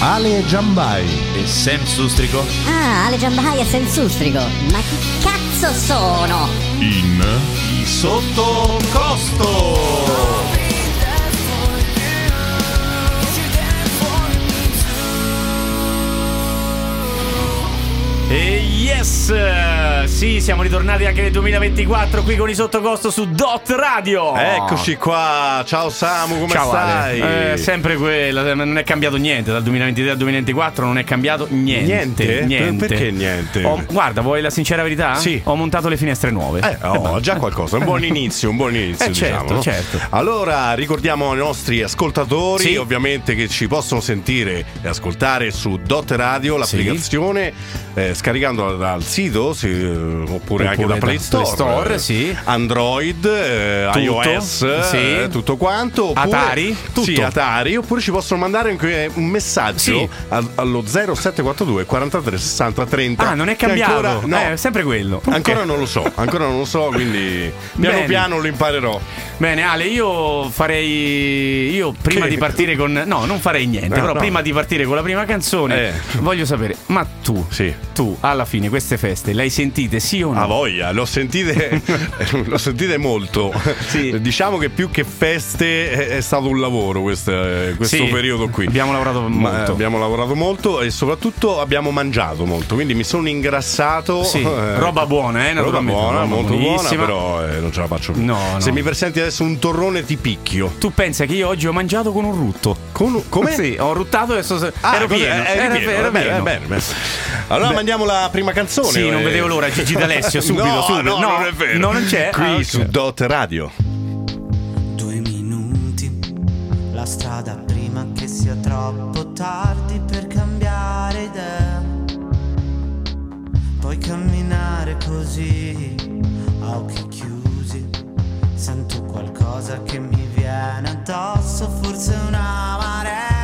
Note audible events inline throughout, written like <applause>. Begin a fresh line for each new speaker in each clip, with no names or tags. Ale Giambai,
E Sam Sustrico
Ah, Ale Giambai e Sensustrico. Ma chi cazzo sono?
in
i Sottocosto. E yes! Sì, siamo ritornati anche nel 2024 qui con i Sottocosto su Dot Radio.
Eccoci qua, ciao Samu, come
Ciao Ale.
stai?
Eh, sempre quella, eh, non è cambiato niente dal 2023 al 2024, non è cambiato niente.
Niente?
Niente.
Perché niente?
Ho- guarda, vuoi la sincera verità?
Sì.
Ho montato le finestre nuove.
Eh, oh, già qualcosa, un
<laughs>
buon inizio, un buon inizio,
Eh, certo,
diciamo, no?
certo.
Allora, ricordiamo ai nostri ascoltatori,
Sì.
ovviamente, che ci possono sentire e ascoltare su Dot Radio,
Sì.
l'applicazione, eh, scaricandola dal sito, sì, eh, oppure, anche da
da
Play Store,
Play Store,
eh,
sì.
Android, eh,
Tutto,
iOS,
sì.
eh, tutto quanto. oppure-
Atari,
Sì,
tutto.
Atari, oppure ci possono mandare anche un messaggio
Sì.
al- allo 0742 43 60 30.
Ah, non è
che
cambiato.
ancora- no,
Eh, è sempre quello.
Ancora
Ok.
non lo so, ancora non lo so, quindi piano
Bene.
piano lo imparerò.
Bene, Ale, io farei. Io prima
Che?
di partire con. No, non farei niente.
Eh,
però
no.
prima di partire con la prima canzone,
Eh.
voglio sapere, ma tu,
Sì.
tu, alla fine, queste feste le hai sentite sì o no?
A voglia,
<laughs>
l'ho sentite, l'ho sentite molto.
Sì.
Diciamo che più che feste è, è stato un lavoro questo, eh, questo
Sì,
periodo qui.
abbiamo lavorato
eh,
molto.
abbiamo lavorato molto e soprattutto abbiamo mangiato molto, quindi mi sono ingrassato.
Sì,
eh,
roba buona, eh,
Roba
naturalmente,
buona,
roba
molto
buonissima.
buona, però eh, non ce la faccio più.
No, no.
Se mi presenti adesso un torrone ti picchio.
Tu pensa che io oggi ho mangiato con un rutto.
Con- come?
Sì, ho ruttato e sto.
Ah,
ero
così,
pieno.
eh, eri
era,
pieno,
era
eh, bene,
pieno.
bene, bene. Allora mandiamo la prima canzone.
Sì, non
eh.
vedevo l'ora, Gigi D'Alessio, subito,
<laughs> no,
subito.
No,
No,
non è vero.
no, non c'è.
Qui
Ah, ok.
su Dot Radio.
Due minuti, la strada prima che sia troppo tardi per cambiare idea. Puoi camminare così, a occhi chiusi. Sento qualcosa che mi viene addosso, forse una marea.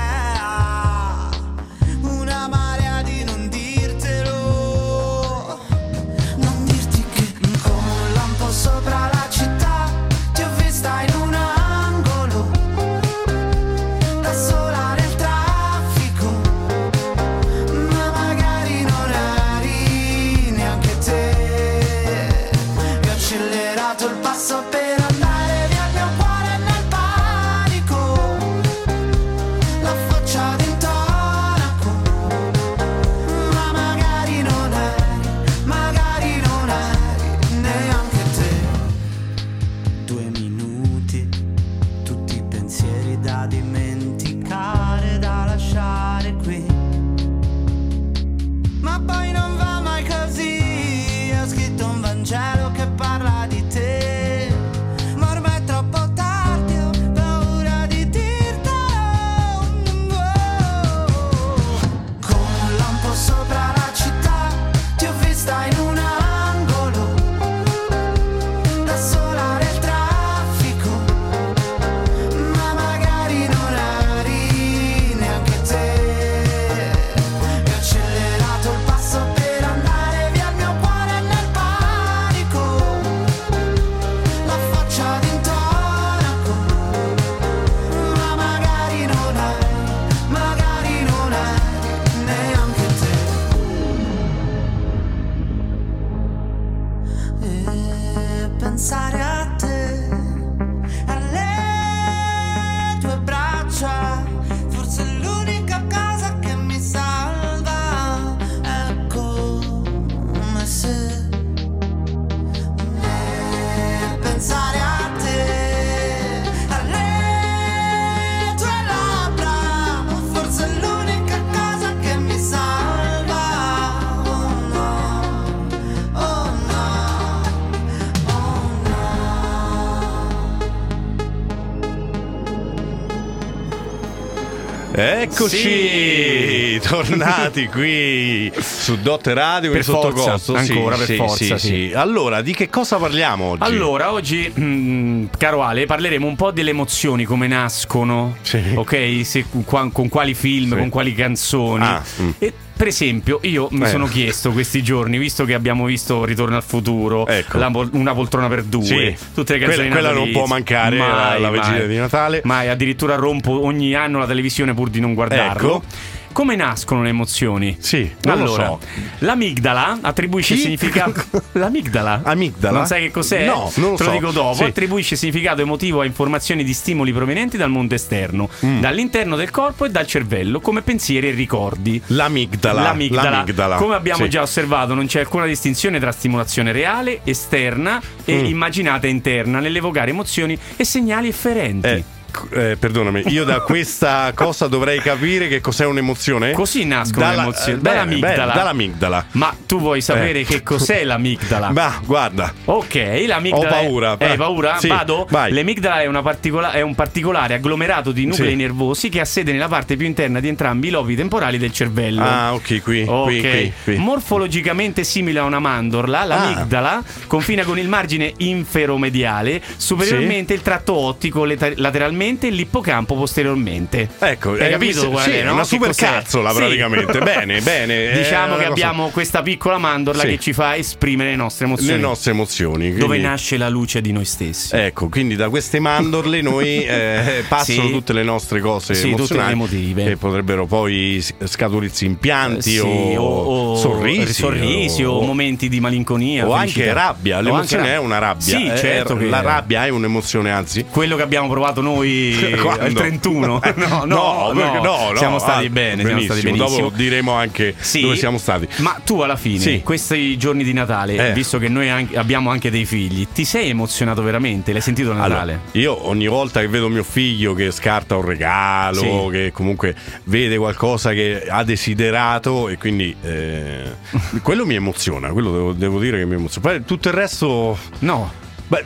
Una marea di non dirtelo. Non dirti che con lampo sopra la città ti ho vista in un angolo, da sola nel traffico, ma magari non eri neanche te. E ho accelerato il passo per andare via il mio cuore nel panico, la faccia d'intonaco. Ma magari non eri, magari non eri neanche te Due minuti, tutti i pensieri da dimenticare, da lasciare qui Ma poi non va mai così, ho scritto un Vangelo che parla di te Ma ormai è troppo tardi, ho paura di dirtelo con un lampo sopra la città ti ho vista in un angolo Da sola nel traffico Ma magari non eri neanche te E ho accelerato il passo per andare via il mio cuore nel panico La faccia d'intonaco ma magari non è, magari non è neanche te. E pensare a te, alle tue braccia, forse è l'unica cosa che mi salva. È come se e pensare a te, alle tue labbra, forse è l'unica cosa che mi salva. Oh no, oh no, oh no.
Eccoci,
Sì. <laughs>
tornati qui su Dot Radio.
Per
in sottocosto.
forza,
Sì,
ancora, per
sì,
forza,
sì,
sì.
sì. Allora, di che cosa parliamo oggi?
Allora, oggi, mm, caro Ale, parleremo un po' delle emozioni, come nascono,
Sì.
ok? Se- qua- con quali film,
Sì.
con quali canzoni.
Ah, mm.
E per esempio, io mi
Eh.
sono chiesto questi giorni, visto che abbiamo visto Ritorno al futuro,
Ecco.
La pol- Una poltrona per due,
Sì.
tutte le
Quella-
canzoni
quella non
natalizie.
può mancare alla- alla vigilia di Natale.
Mai, addirittura rompo ogni anno la televisione pur di non guardarlo.
Ecco.
come nascono le emozioni?
Sì,
non
allora.
lo so. L'amigdala attribuisce
Chi? <laughs>
significato. L'amigdala?
Amigdala?
Non sai che cos'è?
No, non lo
Te lo
so.
dico dopo.
Sì.
Attribuisce significato emotivo a informazioni di stimoli provenienti dal mondo esterno,
Mm.
dall'interno del corpo e dal cervello, come pensieri e ricordi.
L'amigdala.
L'amigdala. Come abbiamo
Sì.
già osservato, non c'è alcuna distinzione tra stimolazione reale, esterna e
Mm.
immaginata interna nell'evocare emozioni e segnali efferenti.
Eh, c- eh, perdonami, io da questa cosa dovrei capire che cos'è un'emozione?
Così nascono le emozioni.
eh, bene,
dall'amigdala.
bene, dall'amigdala.
Ma tu vuoi sapere
Eh.
che cos'è l'amigdala?
Ma guarda,
Ok, l'amigdala.
Ho paura,
È...
vai.
Hai paura?
Sì,
Vado?
vai.
L'amigdala è, una particola- è un particolare agglomerato di nuclei
Sì.
nervosi che ha sede nella parte più interna di entrambi i lobi temporali del cervello.
Ah, ok, qui,
Ok.
qui, qui, qui.
Morfologicamente simile a una mandorla, l'amigdala
Ah.
confina con il margine inferomediale, superiormente il tratto ottico leta- lateralmente e l'ippocampo posteriormente.
Ecco,
hai capito?
visto?
qual
Sì,
è,
è
no?
una
Che
super
cos'è?
cazzola
Sì.
praticamente.
<laughs>
bene, bene. è
Diciamo
una
che
cosa-
abbiamo questa piccola mandorla
Sì.
che ci fa esprimere le nostre emozioni.
le nostre emozioni.
Dove
quindi-
nasce la luce di noi stessi.
Ecco, quindi da queste
<laughs>
mandorle noi eh, passano
Sì.
tutte le nostre cose
Sì, tutte le
emozionali
emotive.
che potrebbero poi s- scaturirsi impianti
Eh Sì,
o, oh, sorrisi,
sorrisi, o, momenti di malinconia
o
felicità.
anche rabbia.
O
L'emozione
anche
è
rab-
una rabbia.
Sì,
Eh,
certo che-
La rabbia è un'emozione, anzi.
quello che abbiamo provato noi
<laughs> Quando? Eh,
il
<laughs>
31 no no no,
perché-
siamo stati
ah,
bene siamo stati
benissimo.
benissimo
Dopo diremo anche
Sì.
dove siamo stati.
ma tu alla fine
Sì.
questi giorni di Natale
Eh.
visto che noi anche- abbiamo anche dei figli ti sei emozionato veramente l'hai sentito Natale
Allora, io ogni volta che vedo mio figlio che scarta un regalo,
Sì.
che comunque vede qualcosa che ha desiderato e quindi eh, quello mi emoziona, quello devo, devo dire che mi emoziona. Poi tutto il resto,
no
beh,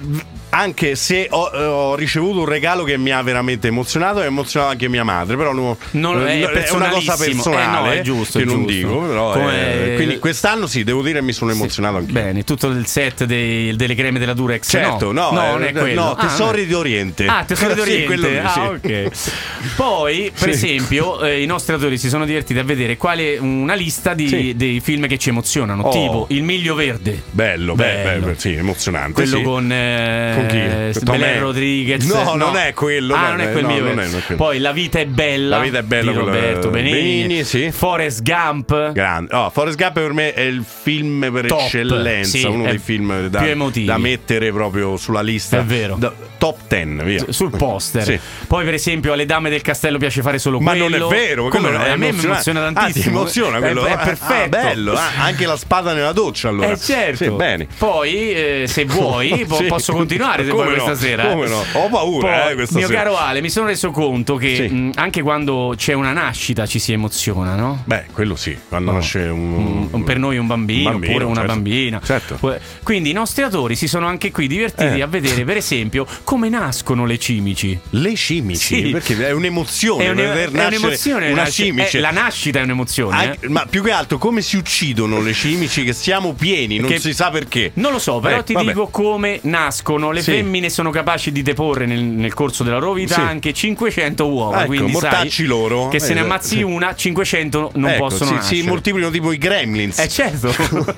anche se ho, ho ricevuto un regalo che mi ha veramente emozionato, è emozionato anche mia madre, però no-
Non- è
una cosa
personalissimo.
personale
Eh no, è giusto,
che
è
non
giusto.
dico, però
Come-
eh, quindi quest'anno sì, devo dire che mi sono emozionato anche.
bene tutto il set dei- delle creme della Durex
Certo, no,
no
eh,
non è
no,
quello Ah,
Tesori
no.
di Oriente.
Ah, tesori
<laughs> Sì,
d'Oriente.
quello lì,
ah,
sì.
ok. Poi, per
Sì.
esempio, eh, i nostri autori si sono divertiti a vedere quale una lista di-
Sì.
dei film che ci emozionano,
Oh.
tipo Il Miglio Verde.
Bello, beh,
Bello.
beh, sì, emozionante.
Quello
sì.
con, eh,
Con chi? Tom
Belen
Hanks.
Rodriguez.
No, non è quello,
Ah,
no,
non è
no,
quel
no,
Miglio
non è,
Verde.
non è quello.
Poi La vita è bella.
La vita è bella,
di
quello,
Roberto
eh,
Benigni.
Benigni, sì.
Forrest Gump.
Grande. Oh, Forrest Gump per me è il film per
Top.
eccellenza,
Sì,
uno
è
dei film da,
più emotivi.
da mettere proprio sulla lista.
È vero.
Da- top 10, via.
sul poster.
Sì.
Poi, per esempio, alle dame del castello piace fare solo
Ma
quello.
non è vero,
Come
quello
no? Eh,
è
a me mi
emozionante.
emoziona
Ah, ti
tantissimo.
emoziona
È-
quello.
È,
Ah,
perfetto.
bello, ah, anche la spada nella doccia allora.
Eh certo.
Sì, bene.
Poi, eh, se vuoi, po-
<laughs> Sì.
posso continuare se
Come
vuoi
no,
questa sera. eh.
come no. Ho paura,
Poi,
eh, questa
Mio
sera.
caro Ale, mi sono reso conto che
Sì.
mh, anche quando c'è una nascita ci si emoziona, no?
Beh, quello sì, quando nasce
Un-
un,
Oh. Mm, un- per noi un bambino,
un bambino,
oppure una
certo.
bambina.
Certo.
Que- Quindi i nostri autori si sono anche qui divertiti
Eh.
a vedere, per esempio, come nascono le cimici.
Le cimici,
Sì.
perché è un'emozione
È, un-
veder
è
nascere
un'emozione
una
nasce-
cimice.
eh, la nascita è un'emozione. eh.
Anche- ma più che altro come si uccidono le cimici che siamo pieni, non
Che-
si sa perché.
Non lo so, però
Eh,
ti
vabbè.
dico come nascono. Le
Sì.
femmine sono capaci di deporre nel, nel corso della loro vita
Sì.
anche 500 uova.
Ecco,
quindi sai
mortacci loro.
Che se ne
Eh,
ammazzi
sì.
una, 500 non
Ecco,
possono
si,
nascere.
si moltiplicano tipo i gremlins.
Eh certo,
<laughs>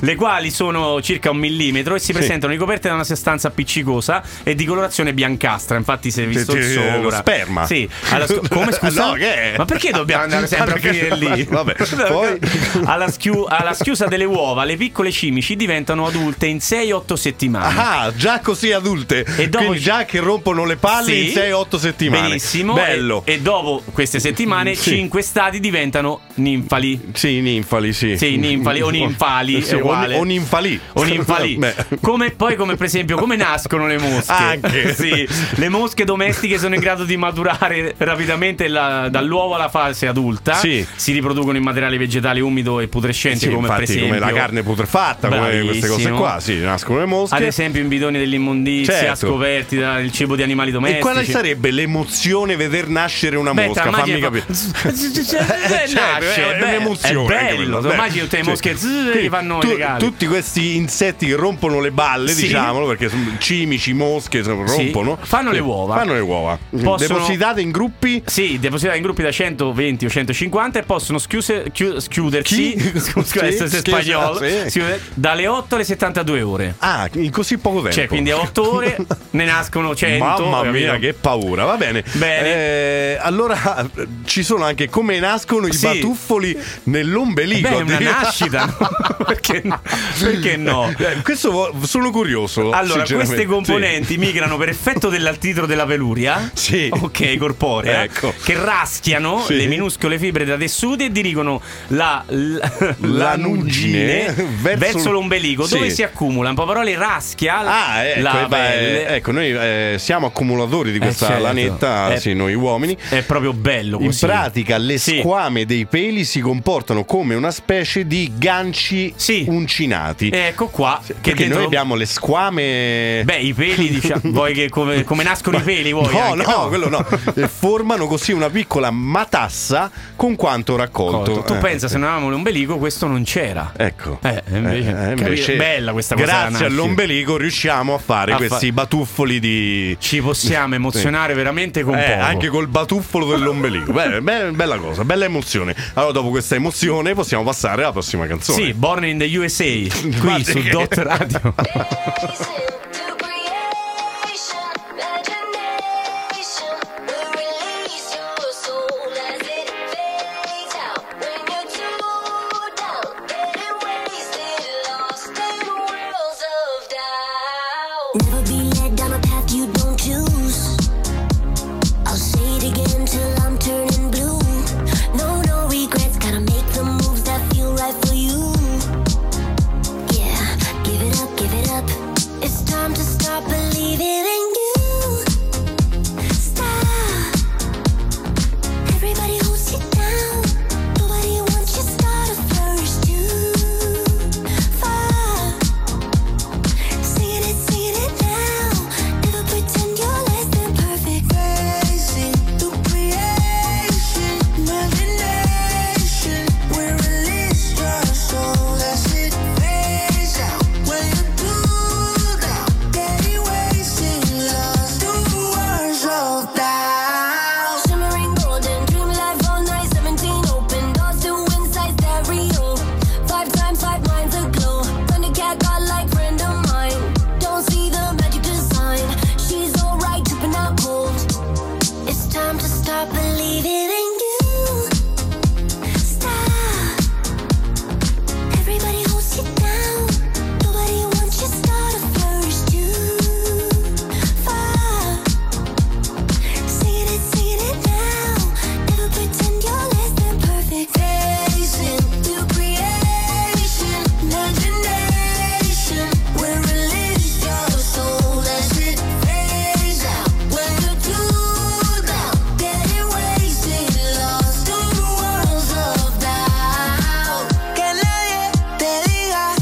le quali sono circa un millimetro e si presentano ricoperte da una sostanza appiccicosa e di colorazione biancastra. Infatti, se hai visto
Sì,
il
sì,
sopra
lo sperma.
Sì, alla scu- come scusa?
<laughs> No, che è?
Ma perché
<laughs>
dobbiamo andare sempre a
Perché-
finire lì?
<laughs> Vabbè, poi-
<laughs> alla, schiu- alla schiusa delle uova, le piccole cimici diventano adulte in 6-8 settimane.
Ah, già così adulte.
E dopo-
Quindi già che rompono le palle
Sì.
in 6-8 settimane.
Benissimo.
Bello.
E, e dopo queste settimane,
Sì.
5 stati diventano ninfali.
Sì, i ninfali, sì.
Sì, i ninfali
<laughs>
o ninfali,
Sì,
è
o-
uguale.
O ninfali.
O ninfali.
Beh.
Come, poi, come per esempio, come nascono le mosche? <laughs>
Anche.
Sì, le mosche domestiche sono in grado di maturare rapidamente la- dall'uovo alla fase adulta.
Sì.
Si riproducono in materiale vegetale umido e putrescente,
Sì,
come per
infatti,
esempio
come la carne putrefatta, come queste cose
Bravissimo.
qua. Sì, nascono le mosche.
Ad esempio, in bidoni dell'immondizia
Certo.
scoperti dal cibo di animali domestici.
E quale sarebbe l'emozione veder nascere una
Beh,
mosca?
tra
Fammi
immagini <laughs>
capire.
fa- Eh,
<laughs> Cioè,
nasce,
è,
è be-
un'emozione.
È
anche
bello,
quella.
immagini tutte le
Sì.
mosche zzz,
Quindi
gli fanno i
tu-
regali.
Tutti questi insetti che rompono le balle,
Sì.
diciamolo, perché sono cimici, mosche, insomma,
Sì.
rompono. Eh,
Fanno le uova.
Fanno le uova. Mm,
Possono-
Depositate in gruppi.
Sì, depositate in gruppi da 120 o 150 e possono schiuse- chiu- schiudersi <laughs>
Chi?
scusa,
Sì,
questo è
schiusa-
spagnolo,
sì.
schiude- dalle 8 alle 72 ore.
Ah, in così poco tempo.
Cioè, quindi è 8 ore ne nascono 100.
Mamma
capito?
mia, che paura. Va bene.
Bene.
Eh, allora, eh, ci sono anche come nascono
Sì.
i batuffoli nell'ombelico.
Beh, è una
addir-
nascita, no? <laughs> perché, no? Perché no?
Eh, Questo vo- sono curioso.
Allora,
sinceramente.
queste
Sì.
componenti migrano per effetto dell'altidro della peluria,
Sì.
ok, corporea,
Ecco.
che raschiano
Sì.
le minuscole fibre da tessuti e dirigono la, la,
La
nugine
nugine
verso,
verso-
l'ombelico, dove
Sì.
si accumula, in poche parole, raschia
Ah, ecco,
la
eh, beh,
pelle.
ecco, noi eh, siamo accumulatori di questa
certo.
lanetta,
Eh,
sì, noi uomini.
È proprio bello
In
così.
pratica le
Sì.
squame dei peli si comportano come una specie di ganci
Sì.
uncinati.
Ecco qua che
perché
dentro-
noi abbiamo le squame.
Beh, i peli,
<laughs>
diciamo, vuoi che come, come nascono i peli, vuoi
no,
anche?
no, quello no. E formano così una piccola matassa con quanto raccolto.
Tu
Eh.
pensa, se non avevamo l'ombelico, questo non c'era.
Ecco,
Eh, e invece- capito? Bella questa cosa della
Grazie
nascita.
all'ombelico riusciamo a fare
A fa-
questi batuffoli di.
Ci possiamo emozionare veramente con
Eh,
poco.
anche col batuffolo dell'ombelico. Beh, be- bella cosa, bella emozione. Allora, dopo questa emozione, possiamo passare alla prossima canzone.
Sì, Born in the USA, qui
Guarda
su
che-
Dot Radio.
<laughs>
Never be led down a path you don't choose. I'll say it again till I'm turning blue. No, no regrets, gotta make the moves that feel right for you. Yeah, give it up, give it up. It's time to start believing in you. Stop. Everybody holds you down. Nobody wants you started first. You fall. Singing it, singing it now. Never pretend you're less than perfect.
Raising the creation, imagination. We release our soul as it fades out. When you do now, getting wasted, lost to words of doubt.
Shimmering golden, dream life all night. Seventeen open doors to inside stereo. Five times five minds aglow. Thundercat got like friend of mine. Don't see the magic design. She's alright, dripping out cold. It's time to stop believing in you. Stop. Everybody holds you down. Nobody wants you started first. You fall. Singing it, singing it now. Never pretend you're less than perfect.
Raising the creation, imagination. We release your soul as it fades out. When you do now, getting wasted, lost to worlds of doubt. Que nadie te diga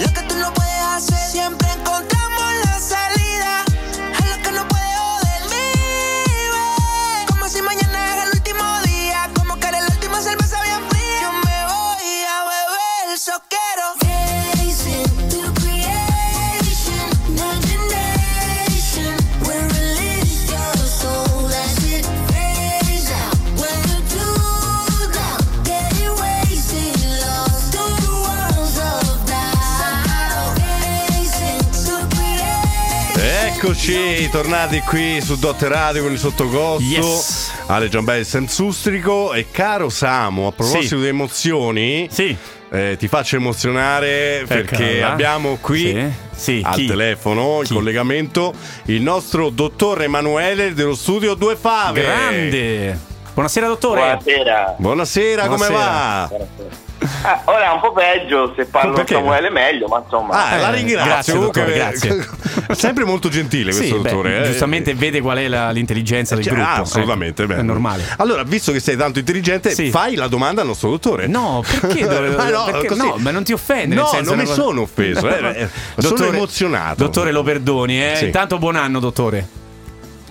lo que tú no puedes hacer. Siempre encontramos la salida a lo que no puede joder. Vive como si mañana es el último día, como que era la última cerveza bien fría. Yo me voy a beber, so quiero.
Raising to creation, imagination.
We release your soul as it fades out. When you do now, getting wasted, lost to worlds of doubt. Raising to creation.
Eccoci, tornati qui su Dot Radio con il sottocotto.
Yes.
Ale Giambelli e Sam Sustrico e caro Samu, a proposito
Sì.
di emozioni,
Sì.
eh, ti faccio emozionare perché
Eccola.
abbiamo qui
Sì, sì,
al
chi?
telefono in
Chi?
collegamento il nostro dottore Emanuele dello studio 2 Fave.
Grande. Buonasera dottore.
Buonasera.
Buonasera, come
Buonasera.
va?
Ah, ora è un po' peggio, se parlo
Perché?
Samuele meglio, ma insomma...
Ah, la
Eh, grazie,
ringrazio. comunque-
dottore,
Sempre molto gentile
Sì,
questo
beh,
dottore. eh.
giustamente vede qual è la- l'intelligenza del
Cioè,
gruppo.
ah, assolutamente,
Eh,
beh.
È normale.
Allora, visto che sei tanto intelligente,
Sì.
fai la domanda al nostro dottore.
No,
<laughs>
perché dovevo-
Eh. Ma no,
perché-
così.
no, ma non ti offende.
No,
nel senso,
non mi
è una cosa-
sono offeso. eh,
<laughs>
eh, sono emozionato.
Dottore, lo perdoni. eh.
Sì.
Intanto, buon anno, dottore.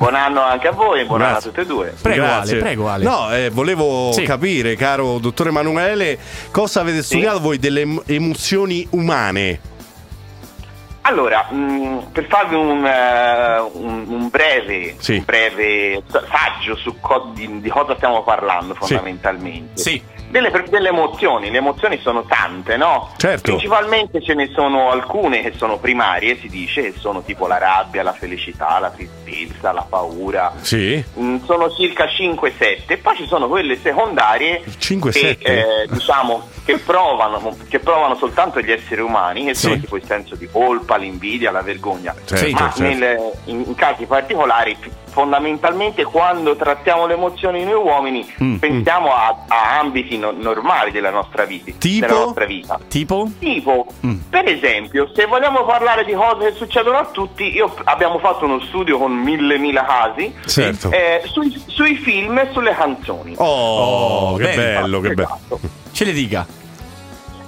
Buon anno anche a voi, buon anno a
Grazie.
tutte e due.
Prego,
Grazie.
Ale, prego, Ale.
No, eh, volevo
Sì.
capire, caro dottore Emanuele, cosa avete studiato voi delle em- emozioni umane.
Allora, mh, per farvi un, eh, un- un breve,
Sì.
un breve saggio su co- di, di cosa stiamo parlando fondamentalmente.
Sì.
delle, delle emozioni, le emozioni sono tante, no?
Certo.
Principalmente ce ne sono alcune che sono primarie, si dice, e sono tipo la rabbia, la felicità, la tristezza, la paura.
Sì.
Mm, sono circa 5-7, poi ci sono quelle secondarie
5,
che,
sette?
eh, diciamo, che, provano, che provano soltanto gli esseri umani, che
Sì.
sono tipo il senso di colpa, l'invidia, la vergogna.
Certo,
Ma
certo.
nel- in, in casi particolari, fi- fondamentalmente quando trattiamo le emozioni noi uomini,
Mm,
pensiamo a, a ambiti no- normali della nostra vita.
Tipo?
Della nostra vita.
Tipo?
Tipo,
Mm.
per esempio, se vogliamo parlare di cose che succedono a tutti, io, abbiamo fatto uno studio con mille mila casi
Certo.
eh, sui, sui film e sulle canzoni.
Oh,
Oh,
che
bene.
bello, che bello.
Esatto.
Ce le dica.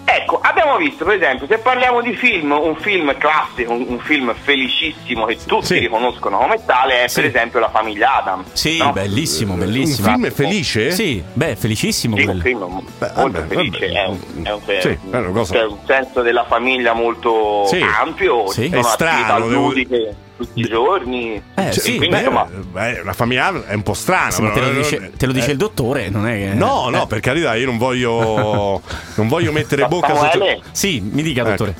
Ecco, abbiamo visto per esempio, se parliamo di film, un film classico, un, un film felicissimo che tutti
Sì.
riconoscono come tale è
Sì.
per esempio La famiglia Adam.
Sì,
no?
bellissimo, bellissimo.
Un film è felice?
Sì, beh, felicissimo
Sì, un
quello.
film
Beh,
molto
vabbè,
felice, eh,
vabbè.
è un, è un-
Sì, è una cosa-
c'è un senso della famiglia molto
Sì.
ampio,
Sì.
ci sono
È strano,
attività
devo-
ludiche tutti i giorni.
Eh,
e
Cioè,
sì,
quindi,
beh,
insomma,
beh, la famiglia è un po' strana.
Sì, ma te
però-
lo dice, te lo dice
eh,
il dottore, non è che...
No, no,
Eh,
per carità, io
<laughs>
non voglio, non voglio mettere bocca
Samuele,
Sì, mi dica,
Ecco.
dottore.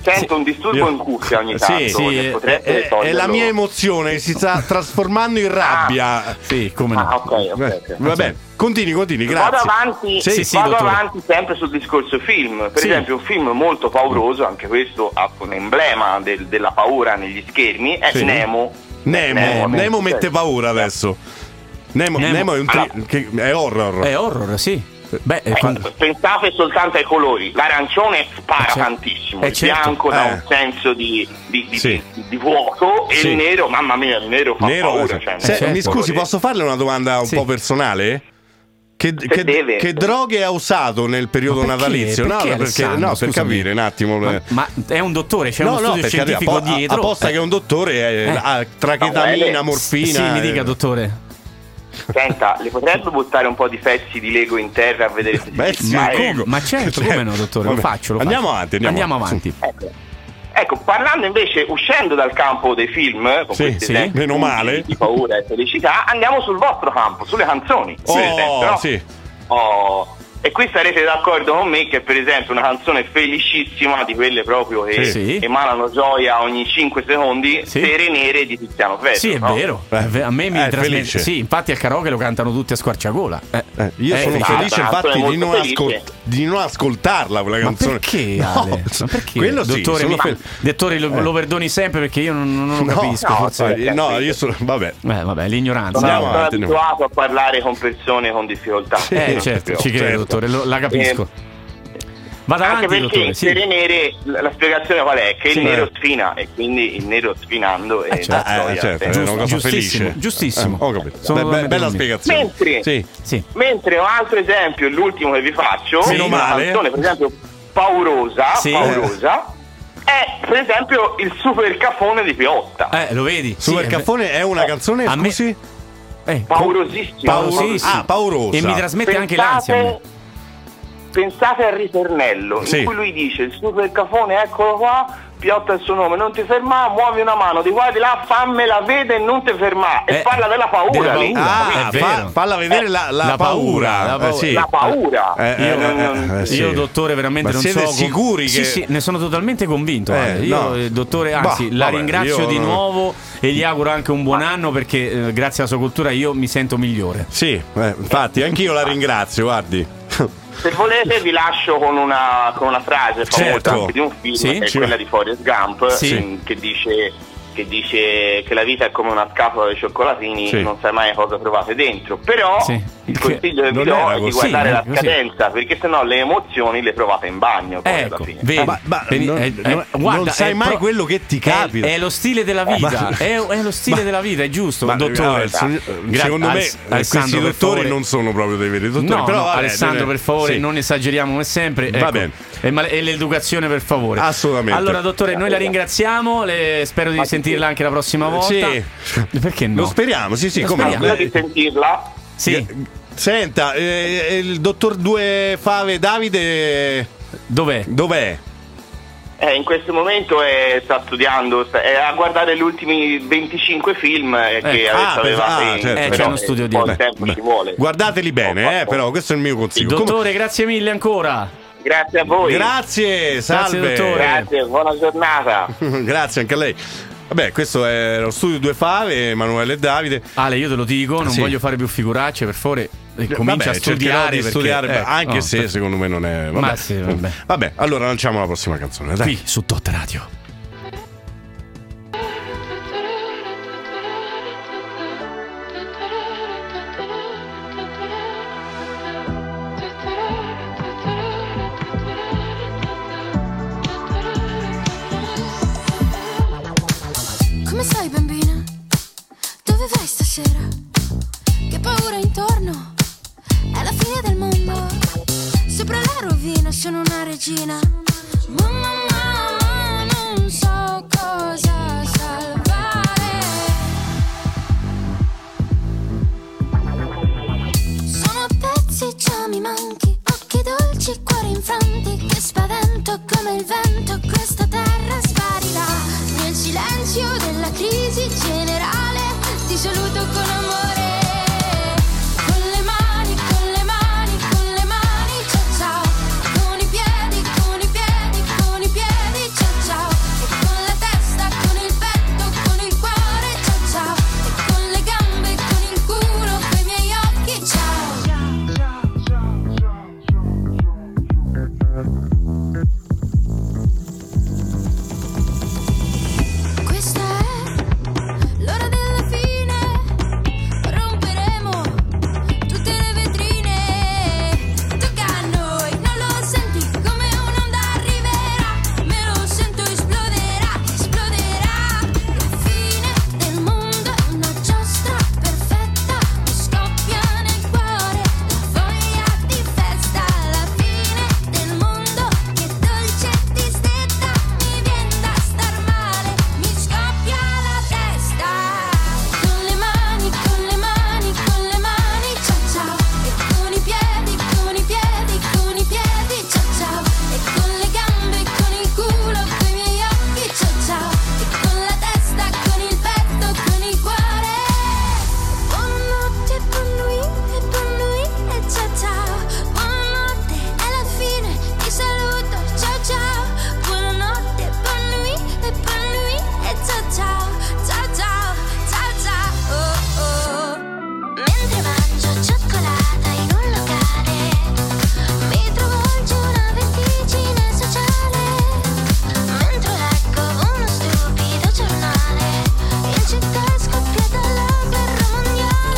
sento un disturbo
io-
in cuffia ogni
Sì,
tanto.
sì,
che
è,
potrebbe
è- è la
toglierlo.
mia emozione che si sta trasformando in rabbia.
Sì, come no.
Ah, ok, ok, ok.
Vabbè, continui, continui, grazie.
Vado avanti,
Sì, sì,
vado
dottore.
avanti sempre sul discorso film. Per
Sì.
esempio, un film molto pauroso, anche questo ha un emblema del- della paura negli schermi, è
Sì.
Nemo.
Nemo, Nemo,
Nemo
mette paura adesso. Nemo,
Nemo-
Nemo è un tri- che- è horror.
È horror, sì. Beh, è
Eh,
quando-
Pensate soltanto ai colori, l'arancione spara
Eh, certo.
tantissimo,
Eh,
il
certo.
bianco dà un
Eh.
senso di, di, di-
Sì.
di vuoto e
Sì.
il nero, mamma mia, il nero fa
Nero,
paura.
eh,
cioè,
se-
nel
mi
senso
scusi,
che-
posso farle una domanda un
Sì.
po' personale? Che, che-
deve.
che droghe ha usato nel periodo
Ma perché?
natalizio? no,
Perché,
no,
Alessandro?
no, per
Scusami.
capire un attimo. eh.
ma, ma è un dottore, c'è
no,
uno
no,
studio
per carità,
scientifico
appo-
dietro.
apposta
Eh,
che è un dottore eh,
Eh.
ha tra chetamina,
eh,
morfina.
Sì, mi dica,
eh.
dottore.
Senta, le potrebbe buttare un po' di pezzi di Lego in terra a vedere se si
Beh, sì,
Ma,
eh,
come-
Ecco.
ma
<laughs>
certo, come no, dottore? Lo
Vabbè.
faccio, lo
Andiamo
faccio.
avanti, andiamo avanti.
avanti.
Ecco. Ecco, parlando invece, uscendo dal campo dei film, eh, con
Sì,
questi
sì,
esempi
meno male.
di paura e felicità, andiamo sul vostro campo, sulle canzoni.
Oh,
per esempio, no?
sì.
Oh, E qui sarete d'accordo con me che per esempio una canzone felicissima di quelle proprio che
Sì. Sì.
emanano gioia ogni 5 secondi,
Sì.
Sere Nere di Tiziano Ferro.
Sì, è
no?
vero.
Eh,
È ve- A me mi
eh, felice.
trasmette. Sì, infatti a karaoke lo cantano tutti a squarciagola. Eh,
Eh, io
eh,
sono
sì.
felice
Ah,
infatti
sono
di non,
molto felice.
ascolt- di non ascoltarla quella
Ma
canzone.
perché,
<laughs> No,
Ale? Ma perché?
Quello sì,
dottore,
sono
mi-
fel-
dottore, lo,
Eh.
lo perdoni sempre perché io non, non lo
No,
capisco.
no,
forse.
sai.
Eh, no, io sono... Vabbè.
Eh, vabbè, l'ignoranza.
Sono,
Andiamo
sono
avanti, andiamo.
abituato a parlare con persone con difficoltà.
Eh, certo, ci credo,
certo.
dottore, lo- la capisco. Vado avanti,
Anche perché
dottore.
in
sì.
sere nere la la spiegazione qual è? Che
Sì.
il nero sfina e quindi il nero sfinando e
Eh, certo.
la
Ah, eh,
gioia
certo,
sempre.
è una cosa
giustissimo,
felice.
giustissimo.
Eh, ho capito.
Sono
Beh, beh,
veramente
bella
convinto.
spiegazione.
Mentre-
Sì.
Sì.
Mentre un altro esempio, l'ultimo che vi faccio,
Meno
una
male.
canzone per esempio paurosa,
Sì.
paurosa, è per esempio il super cafone di Piotta.
Eh, lo vedi?
Super
Sì,
Caffone è una canzone,
a me-
scusi?
eh, eh,
Paurosissimo.
Paurosi-
paurosissimo.
Ah, paurosa.
E mi trasmette anche l'ansia. a me.
Pensate, pensate al ritornello
Sì.
in cui lui dice il super cafone eccolo qua piotta il suo nome non ti fermare muovi una mano di qua e di là fammela vedere e non ti fermare
Eh,
e parla della
della
paura, lì.
paura.
Ah,
Uh, è vero.
fa- falla vedere
Eh,
la, la
la paura,
paura.
la
Eh,
paura.
sì.
la paura
Eh,
Io
eh,
non- non-
eh, eh, sì.
Io, dottore, veramente
Ma
non
siete
so. com-
sicuri
Sì,
che-
sì, ne sono totalmente convinto.
Eh,
Ale. Io,
no.
eh, dottore, anzi,
Bah,
la
vabbè,
ringrazio
io
di
non-
nuovo e gli auguro anche un buon anno perché, eh, grazie alla sua cultura, io mi sento migliore.
Sì, eh, infatti, anch'io la ringrazio, guardi.
se volete vi lascio con una, con una frase famosa
Certo.
anche di un film
Sì,
che è
sì.
quella di Forrest Gump
Sì.
ehm, che dice che dice che la vita è come una scatola di cioccolatini
Sì.
non sai mai cosa trovate dentro però
Sì.
il consiglio che vi
Non
do
era
è di
così,
guardare
eh,
la
così.
scadenza perché sennò le emozioni le provate in bagno poi alla
Ecco,
fine
vedi,
Ah, Ma- ma
Vedi,
non-
eh, eh,
non- non sai
è
mai quello che ti
è-
capita.
È, lo stile della vita,
Ma-
è, è lo stile
ma-
della vita, è giusto,
Ma,
dottore.
eh, se-
Gra-
secondo me,
Aless-
eh, questi
Alessandro, per
dottori
favore.
non sono proprio dei veri dottori.
No,
però,
no,
vabbè,
Alessandro,
deve-
per favore,
sì.
non esageriamo come sempre.
Va
ecco.
bene.
E, ma- e l'educazione, per favore.
Assolutamente.
Allora, dottore, noi la ringraziamo. le- spero di sentirla anche la prossima volta.
Sì.
Perché no?
Lo speriamo, sì, sì,
Lo
come
speriamo.
spero di
no. Eh,
sentirla
sì.
Senta, eh, il dottor Due Fave Davide
Dov'è?
dov'è?
Eh, in questo momento è- sta studiando, sta- è a guardare gli ultimi 25 film eh, che
Ecco. Ah,
avete-
per-
avevate
ah,
in-
certo. Eh,
però
c'è uno studio
un po'
dietro.
tempo ci vuole.
Guardateli
Ho
bene, eh,
fatto-
però questo è il mio consiglio. Comunque-
Dottore, grazie mille ancora.
Grazie a voi.
grazie, salve.
dottore.
Grazie, buona giornata.
<laughs> Grazie anche a lei. Vabbè, questo è lo studio Due Fave, Emanuele e Davide.
Ale, io te lo dico, non
Sì.
voglio fare più figuracce, per favore. eh, Comincia
Vabbè,
a
cercherò
studiare.
di
perché-
studiare
ecco,
anche
no, certo.
se secondo me non è. Vabbè.
Ma sì, vabbè.
Vabbè, allora lanciamo la prossima canzone. Dai.
Qui su Tot Radio.
Come stai bambina? Dove vai stasera? Che paura intorno? È la fine del mondo. Sopra la rovina sono una regina. Mamma, mamma, non so cosa salvare. Sono pezzi, già mi manchi. Occhi dolci, cuori infranti. Che spavento come il vento, questa terra sparirà. Nel silenzio della crisi generale, ti saluto con amore. Con le mani, con le mani, con le mani, ciao ciao. Con i piedi, con i piedi, con i piedi, ciao ciao. E con la testa, con il petto, con il cuore, ciao ciao. E con le gambe, con il culo, con i miei occhi, ciao. Questa è l'ora della fine. Romperemo tutte le vetrine. Tocca a noi, non lo senti come un'onda arriverà. Me lo sento esploderà, esploderà. La fine del mondo è una giostra perfetta. Mi scoppia nel cuore la voglia di festa. La fine del mondo che dolce distetta. Mi viene da star male, mi scoppia la testa. Con le mani, con le mani, con le mani, ciao ciao. E con i piedi, con i piedi, con i piedi, ciao ciao. E con le gambe, con il culo, con i miei occhi, ciao ciao. E con la testa, con il petto, con il cuore. Buonanotte, buon nuit, e buon nuit, e ciao ciao. Buonanotte, è la fine, ti saluto, ciao ciao. Buonanotte, buon nuit, e buon nuit, e ciao ciao. Ciao ciao, ciao ciao, oh oh. Mentre mangio cioccolata in un locale, mi travolge una vertigine sociale. Mentre leggo uno stupido giornale, in città è scoppiata la guerra mondiale.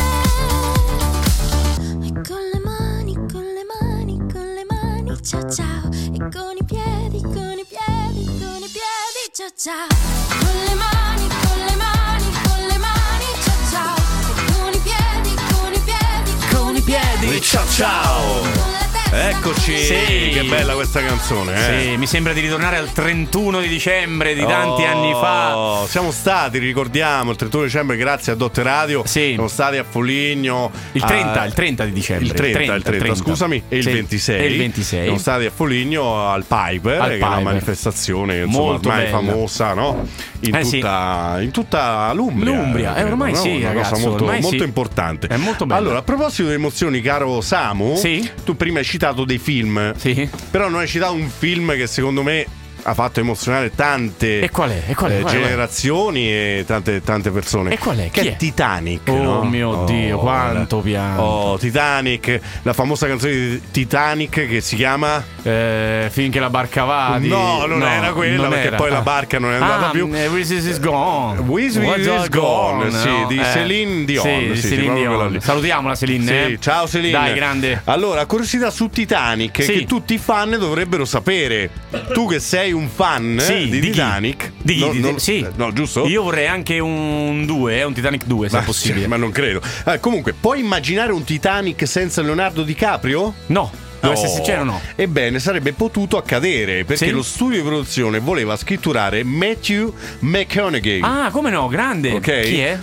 E con le mani, con le mani, con le mani, ciao ciao. E con i piedi, con i piedi, con i piedi, ciao ciao. Con le mani, con le mani, con le mani, ciao ciao. E con i piedi, con i piedi, con i piedi.
Ciao ciao!
Con la testa,
Eccoci!
Sì.
Che bella questa canzone, eh?
Sì, mi sembra di ritornare al 31 di dicembre di tanti
Oh,
anni fa.
Siamo stati, ricordiamo, il 31 dicembre, grazie a Dotte Radio.
Sì.
Siamo stati a Foligno.
Il 30,
a-
il 30 di dicembre.
Il 30, il 30,
30.
scusami, e il
Sì,
26.
E il 26.
Siamo stati a Foligno al Piper,
Al
che è una
Piper.
manifestazione insomma,
Molto
ormai
bella.
famosa, no? In,
Eh, sì.
tutta, in tutta l'Umbria.
L'Umbria, eh, ormai
no?
sì,
Una
ragazzi,
cosa molto,
ormai
molto
sì.
importante.
È molto bella.
Allora, a proposito di emozioni, caro Samu,
Sì.
tu prima hai citato dei film,
Sì.
però non hai citato un film che secondo me ha fatto emozionare tante
E qual è? E qual è?
eh,
Qual è?
generazioni e tante, tante persone.
E qual è?
Che
Chi
è,
è?
Titanic.
Oh
no?
mio Dio, quanto pianto.
Oh, Titanic, la famosa canzone di Titanic che si chiama
Eh, finché la barca va. di-
No, non era quella,
non
perché
era.
poi la
Ah.
barca non è andata
Ah,
più.
eh, This is, is gone.
This Is
What's all
Is Gone, sì,
no?
di
Eh,
Céline Dion,
Sì, di
sì, sì,
Céline
proprio quella
Dion.
lì.
Salutiamola Céline.
Sì,
eh.
ciao Celine.
Dai, grande.
Allora, curiosità su Titanic
Sì.
che tutti i fan dovrebbero sapere. Tu che sei un fan
Sì,
Eh, di,
di chi?
Titanic.
Di chi?
no,
Di-
non-
sì.
no, giusto?
Io vorrei anche un 2, un Titanic 2, se
ma,
è possibile.
sì, ma non credo. Eh, comunque, puoi immaginare un Titanic senza Leonardo DiCaprio?
No, devo essere
No.
sincero, no.
Ebbene, sarebbe potuto accadere perché
Sì?
lo studio di produzione voleva scritturare Matthew McConaughey.
Ah, come no, grande.
Ok.
Chi è?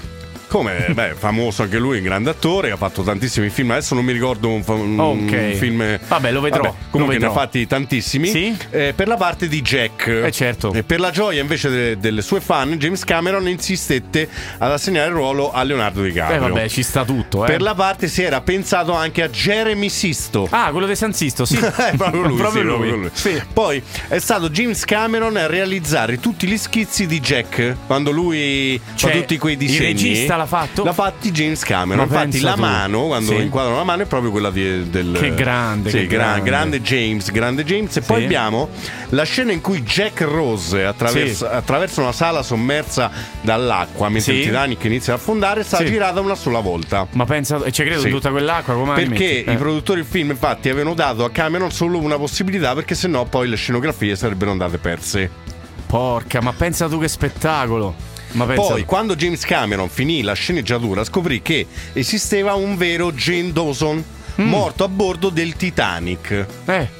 Come, beh, famoso anche lui, un grande attore, ha fatto tantissimi film. Adesso non mi ricordo un, fa- un
Ok.
film.
Vabbè, lo vedrò, lo
comunque
vedrò.
ne ha fatti tantissimi.
Sì?
Eh, per la parte di Jack.
Eh, certo.
E per la gioia invece delle, delle sue fan, James Cameron insistette ad assegnare il ruolo a Leonardo DiCaprio.
Eh vabbè, ci sta tutto, eh.
Per la parte si era pensato anche a Jeremy Sisto.
Ah, quello di San Sisto, sì.
<laughs> Eh, proprio lui,
Proprio
sì,
lui.
proprio lui.
Sì.
Poi è stato James Cameron a realizzare tutti gli schizzi di Jack quando lui
Cioè,
fa tutti quei
il
disegni.
regista l'ha fatto?
L'ha fatti James Cameron.
Ma
Infatti,
pensa
la
tu.
mano, quando
Sì.
inquadrano la mano, è proprio quella di- del.
Che grande,
Sì,
che
gran-
grande.
grande James, grande James. E poi
Sì.
abbiamo la scena in cui Jack Rose attraversa,
Sì.
attraversa una sala sommersa dall'acqua mentre
Sì.
il Titanic inizia a affondare, sta
Sì.
girata una sola volta.
Ma pensa, e ci credo
Sì.
in tutta quell'acqua, come la
Perché
rimetti?
i
Eh.
produttori del film, infatti, avevano dato a Cameron solo una possibilità, perché sennò poi le scenografie sarebbero andate perse.
Porca, ma pensa tu che spettacolo. Ma pensa
Poi,
tu.
quando James Cameron finì la sceneggiatura, scoprì che esisteva un vero Jane Dawson.
Mm.
Morto a bordo del Titanic.
Eh,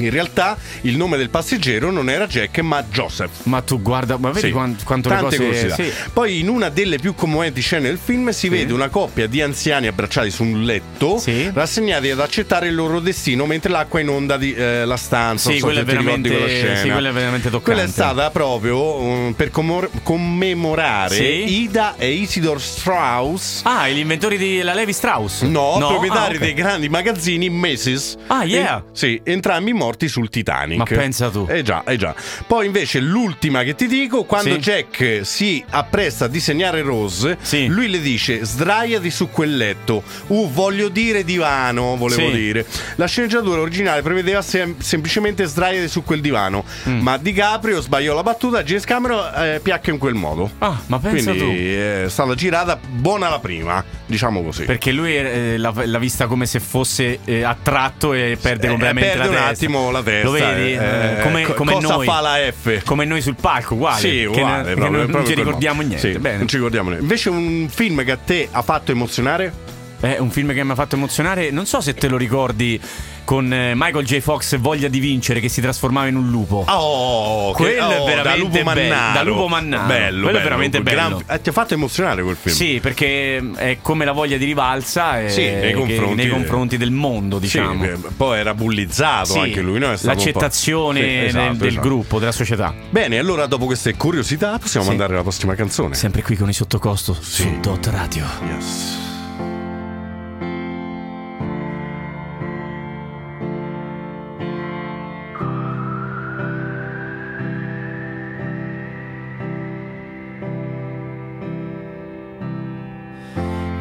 In realtà il nome del passeggero non era Jack, ma Joseph.
ma tu guarda, ma vedi
Sì.
quan- quanto
Tante
le cose
curiosità.
sì.
Poi in una delle più commoventi scene del film si vede una coppia di anziani abbracciati su un letto,
Sì.
rassegnati ad accettare il loro destino mentre l'acqua inonda di- eh, la stanza.
Sì,
Non so
quella
se
è
ti ricordi
veramente-
quella scena.
sì, quella è veramente toccante.
Quella è stata proprio um, per commor- commemorare
Sì.
Ida e Isidor Strauss.
Ah, e gli inventori della Levi Strauss.
No, proprietari
Ah, ok.
dei grandi magazzini Macy's.
Ah, yeah.
E- sì, entrambi morti sul Titanic.
Ma pensa tu.
Eh già, eh già. Poi invece l'ultima che ti dico, quando
Sì.
Jack si appresta a disegnare Rose,
Sì.
lui le dice sdraiati su quel letto. Uh, voglio dire divano, volevo
Sì.
dire. La sceneggiatura originale prevedeva sem- semplicemente sdraiati su quel divano,
Mm.
ma DiCaprio sbagliò la battuta, James Cameron eh, piacque in quel modo.
Ah, ma pensa
Quindi
tu.
eh, è stata girata buona la prima, diciamo così.
Perché lui eh, l'ha, l'ha vista come se fosse eh, attratto e perde
Eh,
completamente la
perde un
testa.
attimo la testa,
Lo vedi? Eh,
eh,
come,
co-
come
cosa
noi.
fa la F?
Come noi sul palco, uguale.
Sì,
che ne-
uguale,
che
proprio-
non- non,
proprio
ci
quel
ricordiamo
modo.
niente.
Sì,
Bene.
Non ci ricordiamo niente. Invece un film che a te ha fatto emozionare?
Eh, un film che mi ha fatto emozionare, non so se te lo ricordi, con eh, Michael J. Fox Voglia di vincere che si trasformava in un lupo.
Oh,
che- oh, da lupo mannaro.
Bello,
Bello,
bello,
bello, quel gran-
eh, ti ha fatto emozionare quel film.
Sì, perché è come la voglia di rivalsa eh,
Sì, nei
che-
confronti-
nei confronti del mondo,
Sì,
diciamo.
eh, poi era bullizzato
Sì,
anche lui, no? È stato un po'-
l'accettazione
Sì, esatto,
del, del
esatto.
gruppo, della società.
Bene, allora dopo queste curiosità possiamo
Sì.
andare alla prossima canzone.
Sempre qui con i sottocosto su Dot Radio.
Yes.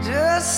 Just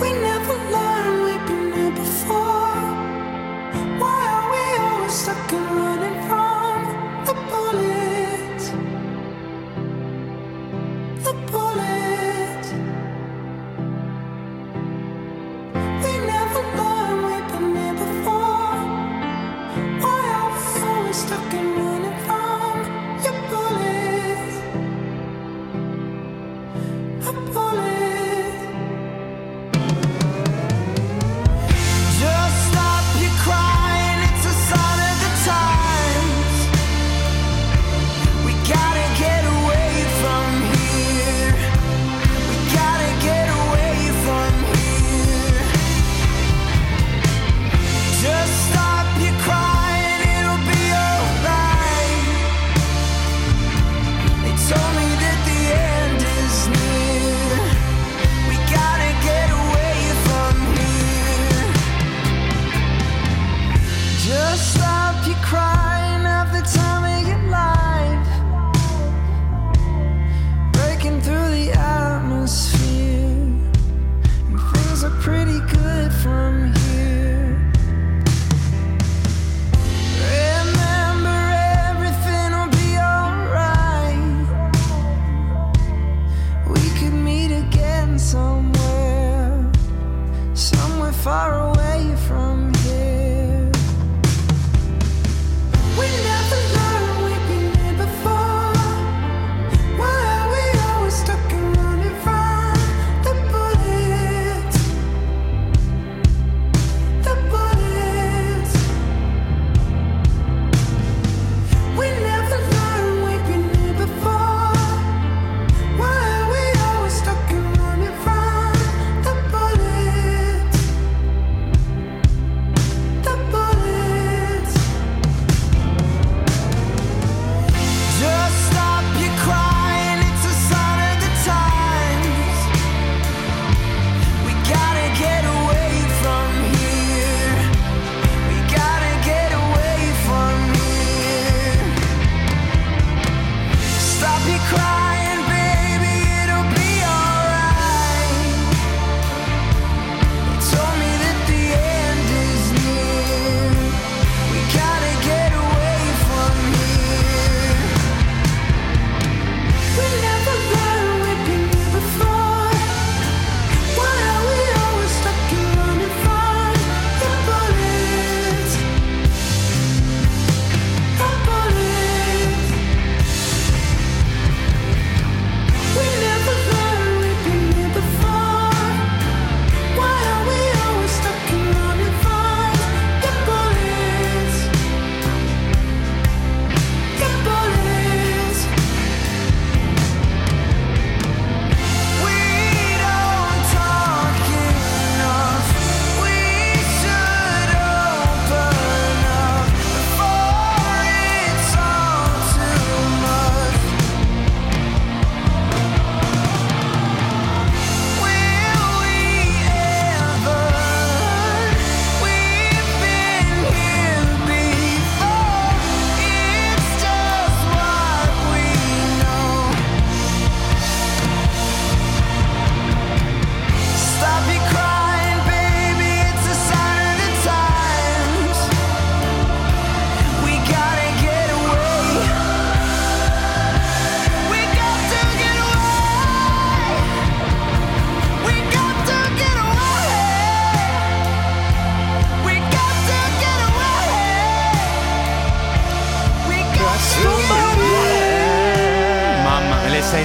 We never learned we've been here before. Why are we always stuck and running from the bullets? The bullets. We never learned we've been here before. Why are we always stuck and running from your bullets? The bullets. Just stop your crying, it's a sign of the times. We gotta get away from here. We gotta get away from here. Just stop your crying, it'll be alright. They told me that the end is near. We gotta get away from here. Just stop your crying at the time of your life. Breaking through the atmosphere. And things are pretty good from here. Remember, everything will be alright. We could meet.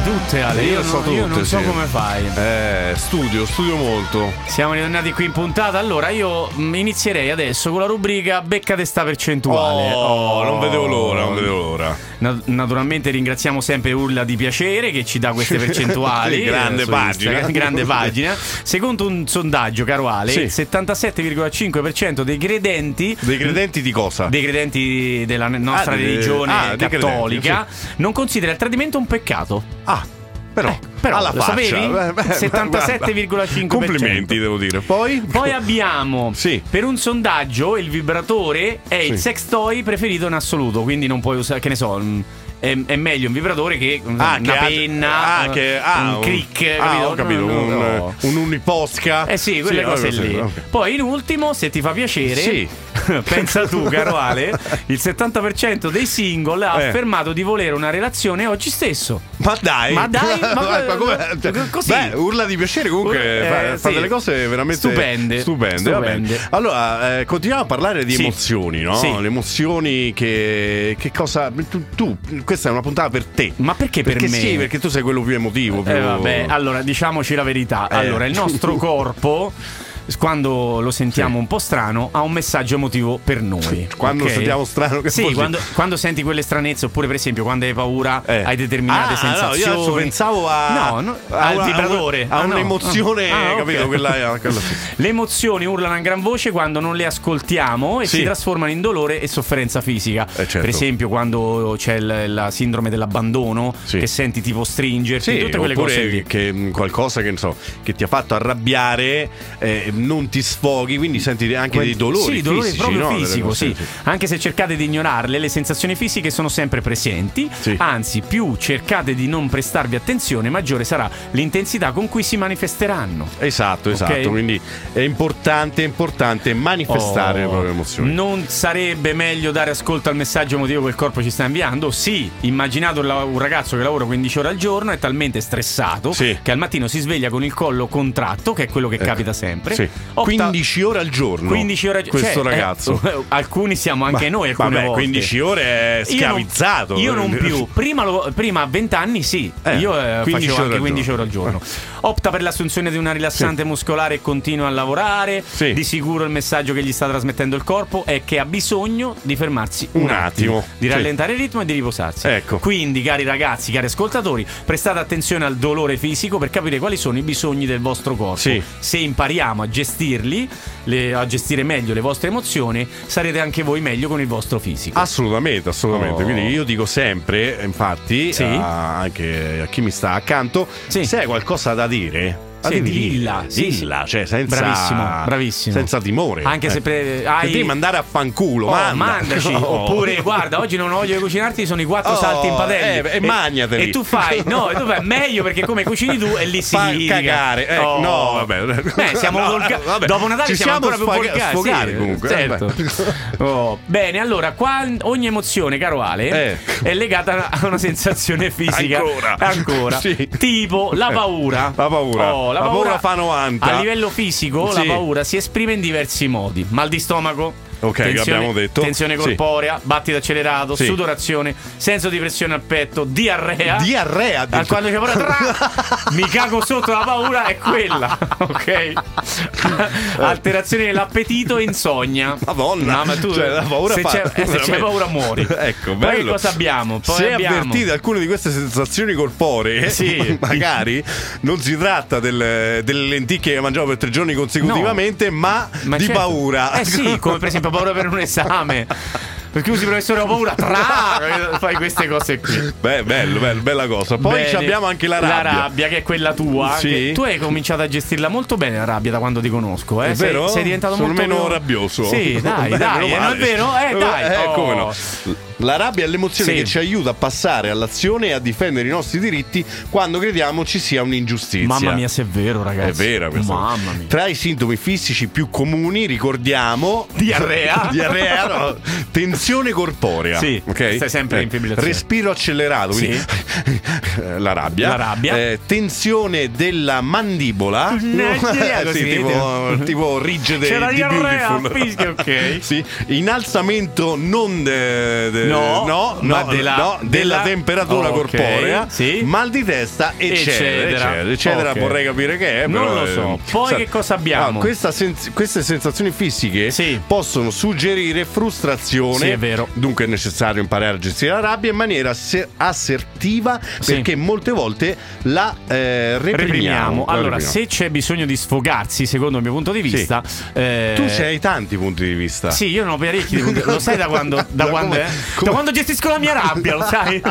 tutte, Ale.
Io
Io,
le so
non- io
tutte,
non so
sì.
come fai.
Eh, studio, studio molto.
Siamo ritornati qui in puntata. Allora, io mh, inizierei adesso con la rubrica Beccate sta percentuale.
Oh, non vedevo l'ora, non vedevo l'ora.
Na- Naturalmente ringraziamo sempre Urla di Piacere che ci dà
<laughs>
queste percentuali.
Sì, grande
eh, su
pagina.
Instagram, <laughs> grande pagina. Secondo un sondaggio, caro Ale,
Sì.
il 77,5% dei credenti
Dei credenti di cosa?
dei credenti della n- nostra
Ah, dei-
religione
ah, dei credenti,
cattolica non considera il tradimento un peccato.
Ah, però,
però, Eh,
alla
lo
faccia.
sapevi?
Beh, beh,
77,5%.
Complimenti, devo dire. Poi?
Poi abbiamo
Sì.
per un sondaggio il vibratore è il
Sì.
sex toy preferito in assoluto, quindi non puoi usare, che ne so, mm, è, è meglio un vibratore che una
Ah, che ha-
penna,
ah, che- ah,
un crick,
ah,
capito?
ho capito,
No, no,
un,
no.
un uniposca.
Eh sì, quelle
vabbè,
cose
sì,
lì.
ok.
Poi in ultimo, se ti fa piacere,
Sì.
<laughs> pensa tu, caro
<laughs>
Ale, il 70% dei single ha
Eh.
affermato di volere una relazione oggi stesso.
Ma dai,
Ma
<laughs>
dai, ma-
come- cioè,
così.
Beh, urla di piacere comunque
Eh,
fa, fa
sì.
delle cose veramente
Stupende.
Stupende, va bene.
Stupende.
Allora, eh, continuiamo a parlare di
Sì.
emozioni, no?
Sì.
Le emozioni che, che cosa tu, tu- questa è una puntata per te.
Ma perché per
perché
me?
sì, perché tu sei quello più emotivo, più
Eh, vabbè, allora diciamoci la verità.
Eh.
Allora, il
<laughs>
nostro corpo, quando lo sentiamo
Sì.
un po' strano, ha un messaggio emotivo per noi.
<laughs> Quando
ok?
sentiamo strano che vuol
Sì,
dire?
quando, quando senti quelle stranezze, oppure per esempio quando hai paura,
Eh.
hai determinate
Ah, no,
sensazioni.
io adesso pensavo a,
No, no,
a
al
una-
vibratore.
a,
Ah, no.
un'emozione,
Ah, ok.
capito? Quella,
<laughs>
quella sì.
Le emozioni urlano a gran voce quando non le ascoltiamo e
Sì.
si trasformano in dolore e sofferenza fisica.
certo.
Per esempio, quando c'è l- la sindrome dell'abbandono,
Sì.
che senti tipo stringerti,
<laughs> Sì,
tutte quelle
oppure
cose lì.
che mh, qualcosa che, non so, che ti ha fatto arrabbiare eh, non ti sfoghi, quindi senti anche dei dolori.
Sì, dolore
fisici,
proprio
no? Delle
fisico,
cose-
sì. Anche se cercate di ignorarle, le sensazioni fisiche sono sempre presenti.
Sì.
Anzi, più cercate di non prestarvi attenzione, maggiore sarà l'intensità con cui si manifesteranno.
Esatto, esatto.
Ok.
Quindi è importante, è importante manifestare le
Oh,
proprie emozioni.
Non sarebbe meglio dare ascolto al messaggio emotivo che il corpo ci sta inviando? Sì, immaginate un la- un ragazzo che lavora 15 ore al giorno è talmente stressato
Sì. Ecco.
che al mattino si sveglia con il collo contratto, che è quello che capita sempre.
Sì.
Opta-
15 ore al giorno.
15 ore al giorno.
Questo
Cioè, eh,
ragazzo.
<laughs> alcuni siamo anche
Ma-
noi alcune
vabbè,
volte.
15 ore è
Io non-
schiavizzato.
Io non,
<laughs>
più. Prima, lo- prima a 20 anni sì.
Eh,
io eh,
15 ore
facevo anche
al
15 ore al giorno. Opta per l'assunzione di una rilassante muscolare e continua a lavorare.
Sì.
Di sicuro il messaggio che gli sta trasmettendo il corpo è che ha bisogno di fermarsi un,
Un attimo.
di
Sì.
rallentare il ritmo e di riposarsi.
Ecco.
Quindi, cari ragazzi, cari ascoltatori, prestate attenzione al dolore fisico per capire quali sono i bisogni del vostro corpo.
Sì.
Se impariamo a gestirli, le- a gestire meglio le vostre emozioni, sarete anche voi meglio con il vostro
Ah,
fisico.
Assolutamente, assolutamente.
Oh.
Quindi io dico sempre, infatti,
Sì.
a- anche a chi mi sta accanto,
Sì.
se hai qualcosa da dire. la
Sì,
devi
dilla,
dire,
sì, sì.
dilla, cioè senza,
Bravissimo, bravissimo.
senza timore. Eh.
Anche se pre- hai-
Se devi mandare a fanculo,
Oh,
manda. <laughs>
mandaci
Oh.
oppure guarda oggi non ho voglio di cucinarti sono i quattro
Oh,
salti in padella
eh, e
e
magnateli.
tu fai no e tu fai meglio perché come cucini tu e lì si
Fa
litiga.
cagare, eh,
Oh.
no, vabbè.
Beh, siamo
<laughs> No,
volga-
vabbè.
dopo Natale
Ci
siamo,
siamo
ancora più
sfoga-
volgari
sfogare
sì,
comunque,
certo. <laughs> Oh, bene allora qua ogni emozione caro Ale
Eh.
è legata a una <laughs> sensazione fisica
Ancora.
Ancora.
<laughs> Sì.
tipo la paura
La paura.
Oh, la,
La paura fa 90.
a livello fisico la
Sì.
paura si esprime in diversi modi mal di stomaco
Ok, abbiamo detto.
Tensione
Sì.
corporea, battito accelerato,
Sì.
sudorazione, senso di pressione al petto, diarrea.
Diarrea.
Al
addirittura.
quando c'è paura,
<laughs>
tra- mi cago sotto la paura è quella,
<laughs>
ok? Alterazione dell'appetito e insonnia.
Madonna,
No, ma tu,
cioè, la paura
se,
fa-
c'è, eh, se c'è
veramente.
paura muori.
<laughs>
Poi
Ecco, bello.
che cosa abbiamo? Poi
Se
abbiamo-
avvertite alcune di queste sensazioni corporee,
<laughs> Sì.
<laughs> magari non si tratta del- delle lenticchie che mangiavo per tre giorni consecutivamente, ma,
Ma
di
certo.
paura.
Eh
<laughs>
sì, come per esempio paura per un esame. Scusi professore, ho paura, tra- fai queste cose qui.
Beh, bello, bello, bella cosa. Poi
Bene.
ci abbiamo anche la rabbia.
che è quella tua.
Sì.
che tu hai cominciato a gestirla molto bene la rabbia da quando ti conosco. Eh?
È
Sei-
vero?
Sei, diventato
Sono
molto
meno
più-
rabbioso. <laughs>
Sì, dai,
Beh,
dai,
meno
eh, non è
male.
vero? Eh, dai.
Eh,
oh.
come no. La rabbia è l'emozione
Sì.
che ci aiuta a passare all'azione e a difendere i nostri diritti quando crediamo ci sia un'ingiustizia.
Mamma mia, se è vero, ragazzi.
È vera questa.
Mamma mia.
Tra i sintomi fisici più comuni ricordiamo
Diarrea.
<laughs> diarrea, no, Posizione corporea.
Sì,
ok? Eh,
stai sempre in fibrillazione.
Respiro accelerato, quindi <laughs> la rabbia.
La rabbia.
Eh, tensione della mandibola.
Così,
<laughs> sì, tipo,
eh.
tipo rigide
C'è la
di
diarrea,
Beautiful.
fischia, ok.
<laughs> Sì, innalzamento non de- de-
No,
no,
ma
no,
della-
no, della
della-
temperatura
ok,
corporea,
sì.
mal di testa, eccetera,
Eccetera.
eccetera, eccetera.
Ok.
Vorrei capire che è,
Non
però,
lo
eh,
so. Poi
sa-
che cosa abbiamo?
Ah, questa sen- queste sensazioni fisiche
Sì.
possono suggerire frustrazione.
Sì, è vero.
Dunque è necessario imparare a gestire la rabbia in maniera asser- assertiva
Sì.
perché molte volte la eh, reprimiamo.
Reprimiamo.
La
Allora,
reprimiamo.
se c'è bisogno di sfogarsi, secondo il mio punto di vista, eh,
tu c'hai tanti punti di vista.
Sì, io non ho parecchi.
<laughs>
di- Lo sai da quando? Da,
Da
quando
come-
è?
come-
Da quando gestisco la mia rabbia, lo
<laughs>
sai?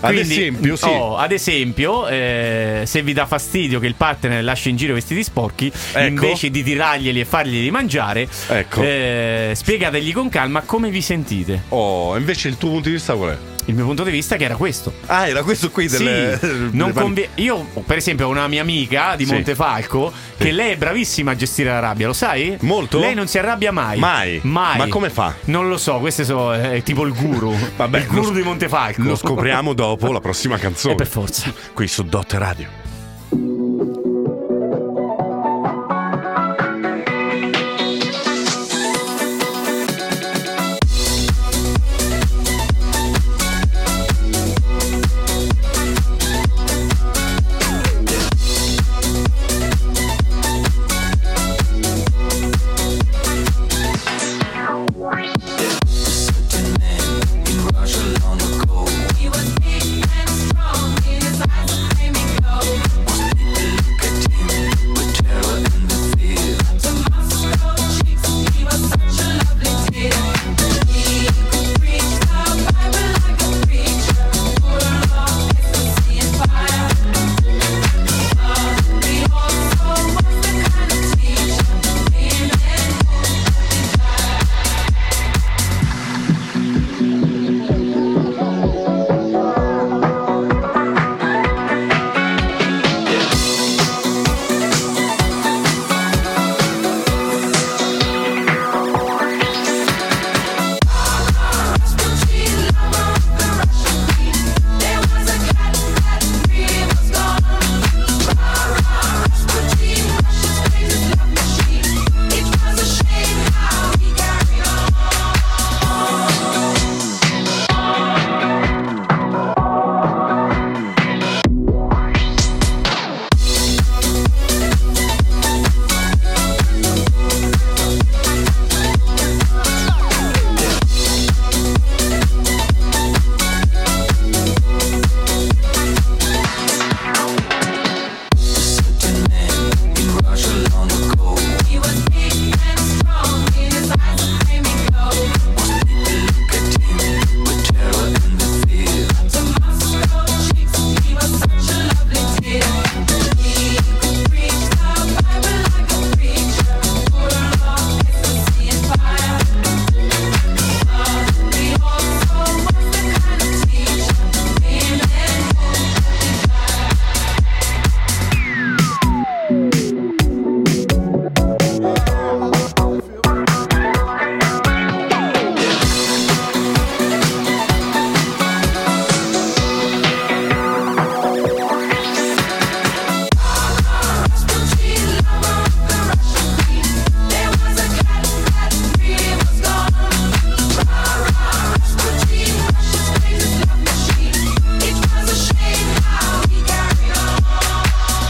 Quindi,
esempio, sì.
oh, ad esempio, eh, se vi dà fastidio che il partner lasci in giro vestiti sporchi,
Ecco.
invece di tirarglieli e farglieli mangiare,
Ecco.
eh, spiegategli con calma come vi sentite.
Oh, invece il tuo punto di vista qual è?
Il mio punto di vista che era questo.
Ah, era questo qui
Sì,
delle-
non
delle pan-
convie- io per esempio ho una mia amica di
Sì.
Montefalco che lei è bravissima a gestire la rabbia, lo sai?
Molto?
Lei non si arrabbia mai.
Mai?
Mai.
Ma come fa?
Non lo so, questo so, eh, è tipo il guru.
<laughs> Vabbè,
il guru
lo-
di Montefalco.
Lo scopriamo dopo
<laughs>
la prossima canzone.
E ecco. per forza.
Qui su Dot Radio.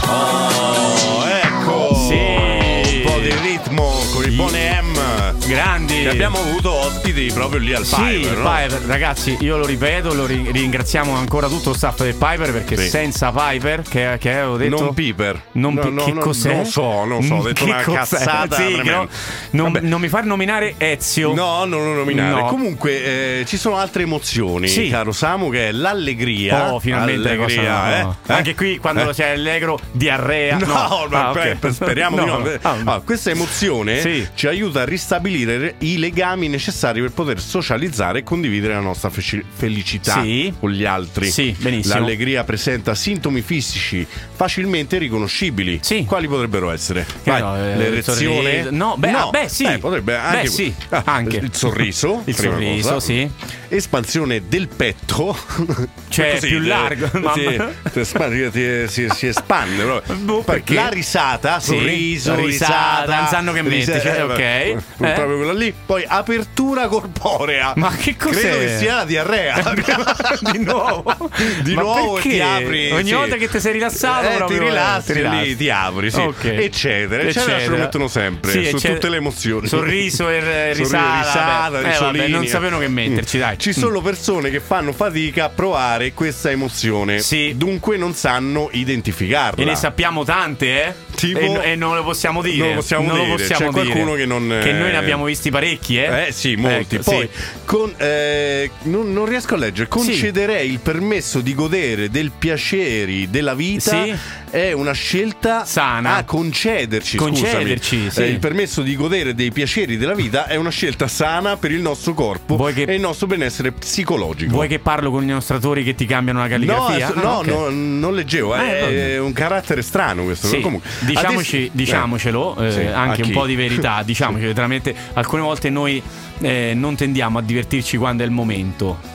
Oh, ecco!
Sì.
Un po' di ritmo con il buone M.
Grandi.
Che abbiamo avuto ospiti proprio lì al
Sì,
Piper,
il
no?
Piper, ragazzi, io lo ripeto, lo ri- ringraziamo ancora tutto lo staff del Piper perché
Sì.
senza Piper, che, che avevo detto...
Non Piper.
Non
No,
pi-
no,
che
no,
cos'è? Mm,
Non so, non so, ho
<laughs>
detto
Che
una
cos'è?
cazzata
Sì,
tremenda.
no. non,
Vabbè.
non mi far nominare Ezio.
No, non lo nominare.
No.
Comunque, eh, ci sono altre emozioni,
Sì.
caro Samu, che è l'allegria.
Oh, finalmente la cosa-
eh? Allegria,
no.
eh?
Anche qui quando
Eh?
c'è allegro, diarrea.
No, ma
Ah,
per-
ok. <laughs>
per- speriamo di no.
Ah,
Ah, questa emozione
Sì.
ci aiuta a ristabilire re- i legami necessari per poter socializzare e condividere la nostra feci- felicità
Sì.
con gli altri.
Sì, benissimo.
L'allegria presenta sintomi fisici facilmente riconoscibili.
Sì.
Quali potrebbero essere?
Che
Vai,
no, eh,
l'erezione?
sorriso. No, beh, ah, beh, sì.
Beh, potrebbe
Beh,
anche,
sì,
Ah,
anche.
Il sorriso.
Il
prima
sorriso,
cosa. <laughs>
sì.
Espansione del petto.
Cioè, più
te- <laughs>
largo, mamma.
Sì, ti espande, ti- si, si espande proprio.
<laughs> Boh,
Poi
perché?
La risata,
Sì,
sorriso,
risata,
risata.
non sanno che
ris-
metti, cioè,
eh,
ok,
eh,
eh.
Proprio quella lì. Poi apertura corporea.
Ma che cos'è?
Credo che sia
<laughs>
la diarrea.
di <laughs> nuovo
Di
Ma
nuovo e
perché?
ti apri.
ogni
sì.
volta che ti sei rilassato
Eh,
proprio,
ti rilassi,
eh, rilassi.
lì, ti apri, sì.
Ok.
eccetera, eccetera. Ce lo mettono sempre
Sì,
su
eccetera.
tutte le emozioni.
sorriso e eh,
Sorriso,
risata,
risata,
vabbè. Eh, vabbè,
risolini.
non sapevano che metterci
Mm.
dai
Ci sono persone che fanno fatica a provare questa emozione.
Sì.
Dunque non sanno identificarla.
Mm. E ne sappiamo tante, eh?
Tipo-
e, e non lo possiamo dire.
Non lo possiamo
Non
dire.
possiamo
C'è
dire.
qualcuno che non,
Che noi
eh,
ne abbiamo visti parecchi, eh?
Eh sì, molti.
Ecco,
Poi
sì.
con, eh, non, non riesco a leggere. Concederei il permesso di godere del piaceri della vita.
Sì.
È una scelta
Sana.
Ah, concederci.
Concederci,
scusami.
sì.
Eh, il permesso di godere dei piaceri della vita è una scelta sana per il nostro corpo
Vuoi che-
e il nostro benessere psicologico.
Vuoi che parlo con gli illustratori che ti cambiano la
No,
calligrafia?
ass-
Ah,
no,
ok.
no, non leggevo. eh,
Ah,
è
vabbè.
un carattere strano questo.
Sì,
Comunque,
diciamoci-
adesso-
diciamocelo,
Eh,
eh,
sì,
anche
a
un
chi?
po' di verità, <laughs> diciamocelo, veramente alcune volte noi eh, non tendiamo a divertirci quando è il momento.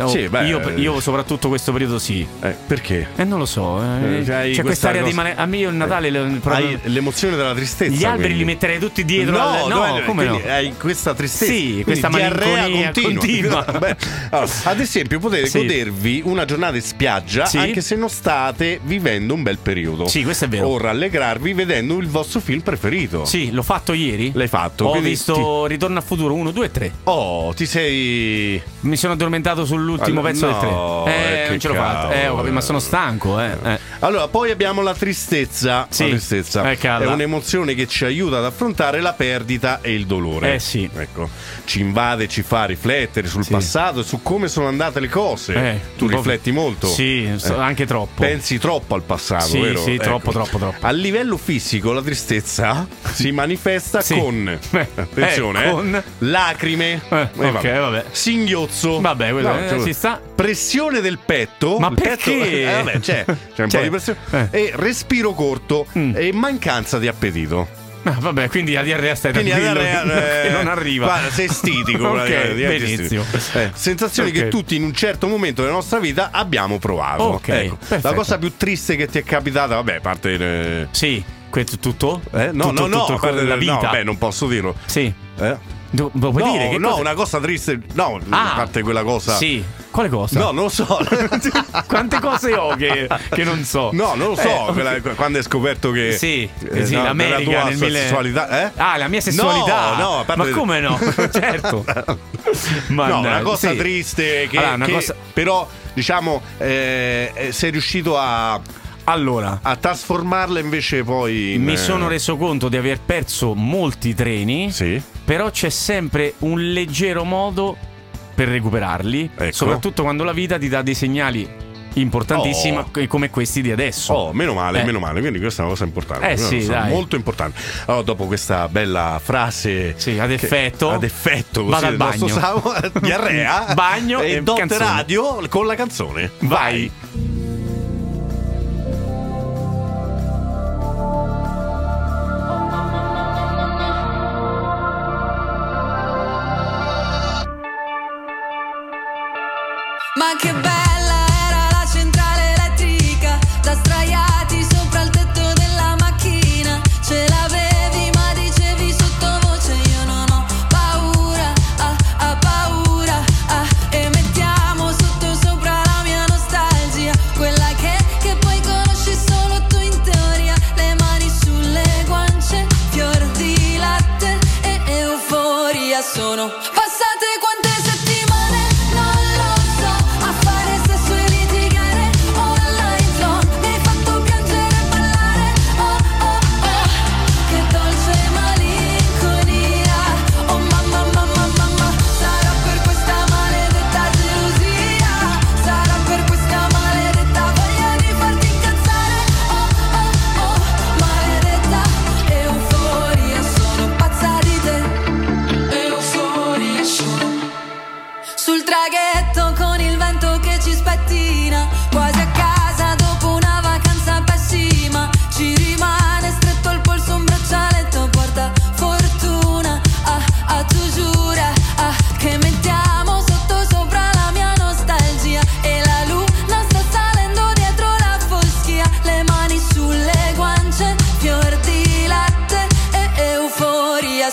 Oh,
Sì, beh,
io, io soprattutto questo periodo sì.
Eh, perché?
Eh, non lo so, eh,
Eh, c'hai
c'è
questa
quest'area di
cosa-
male... A me io il Natale... le- proprio-
Hai l'emozione della tristezza.
Gli alberi
quindi.
li metterei tutti dietro
No,
al-
no,
no, come no?
quindi hai questa tristezza.
Sì,
Quindi
questa
diarrea
malinconia continua.
<laughs> Beh, allora, ad esempio, potete
Sì.
godervi una giornata in spiaggia
Sì.
anche se non state vivendo un bel periodo.
Sì, questo è vero.
O rallegrarvi vedendo il vostro film preferito.
Sì, l'ho fatto ieri.
L'hai fatto.
Ho
quindi
visto
ti-
Ritorno al futuro 1, 2 e 3.
Oh, ti sei.
Mi sono addormentato sull'ultimo
Allo-
pezzo
no,
del 3. Eh,
eh, che
non ce l'ho fatta. Eh, ho capito, ma sono stanco, eh. eh.
Allora, poi abbiamo la tristezza.
Sì.
La tristezza
Eh,
è
calla.
un'emozione che ci aiuta ad affrontare la perdita e il dolore.
Eh, sì.
Ecco. Ci invade, ci fa riflettere sul
Sì.
passato e su come sono andate le cose.
Eh,
tu
un po'
rifletti molto.
Sì, so-
Eh.
anche troppo.
Pensi troppo al passato,
Sì,
vero? Ecco.
sì, troppo, troppo, troppo.
A livello fisico la tristezza si manifesta
Sì.
con
Eh,
attenzione,
eh,
eh,
con- Eh,
lacrime,
ok,
vabbè.
vabbè.
singhiozzo.
Vabbè, quello, eh,
cioè,
si sta.
Pressione del petto.
Ma
Il petto-
perché?
eh, vabbè, c'è, c'è un
C'è.
po' di pressione.
Eh.
E respiro corto
Mm.
e mancanza di appetito.
Ah, vabbè, quindi la diarrea stai
Quindi
tranquillo
eh,
<laughs> che non arriva.
Guarda, sei
<laughs>
stitico.
ok,
praticamente, diventi
benissimo.
stitico. Eh, sensazioni
Ok.
che tutti in un certo momento della nostra vita abbiamo provato.
Ok,
Ecco,
perfetto.
La cosa più triste che ti è capitata, vabbè, a parte. eh,
Sì, questo è tutto?
eh, no,
tutto, tutto
no, no,
il
a parte-
corso della
no,
vita.
beh, non posso dirlo.
Sì.
Eh?
Do- lo puoi
no,
dire che
no,
cosa-
una cosa triste. No,
Ah.
a parte quella cosa.
Sì. Quale cosa?
No, non lo so.
<laughs> Quante cose ho che, che non so?
No, non lo so,
Eh, ok.
quella- quando hai scoperto che
Sì,
eh,
sì,
no,
l'America
della tua
nel mille-
sessualità, eh?
Ah, la mia sessualità.
No, no, a parte-
ma come
<laughs>
no? <laughs> certo.
no,
Mannaggia,
una cosa
sì.
triste che,
Allora, una
che
cosa-
però diciamo eh, eh, sei riuscito a, a
Allora,
trasformarla invece poi in,
mi
eh,
sono reso conto di aver perso molti treni,
Sì.
però c'è sempre un leggero modo per recuperarli,
Ecco.
soprattutto quando la vita ti dà dei segnali importantissimi
Oh.
co- come questi di adesso.
Oh, meno male,
Eh.
meno male, quindi questa è una cosa importante.
Eh,
Una
sì,
cosa
dai.
molto importante. Allora, dopo questa bella frase
Sì, ad
che-
effetto.
ad effetto così
Vado al
del nostro
bagno.
Samo,
<laughs>
diarrea,
Bagno
e,
e
Dot
canzone.
Radio con la canzone.
Vai.
Ma che bella era la centrale elettrica, da straiati sopra il tetto della macchina. Ce l'avevi ma dicevi sottovoce io non ho paura, ah, ah, paura, ah. E mettiamo sotto sopra la mia nostalgia, quella che, che poi conosci solo tu in teoria. Le mani sulle guance, fior di latte e euforia sono passate quante settimane, non lo so, a fare sesso e litigare online zone, mi hai fatto piangere e ballare, oh oh oh, che dolce malinconia, oh mamma mamma mamma, sarà per questa maledetta gelosia, sarà per questa maledetta voglia di farti incazzare, oh oh oh, maledetta euforia, sono pazza di te. Euforia ah,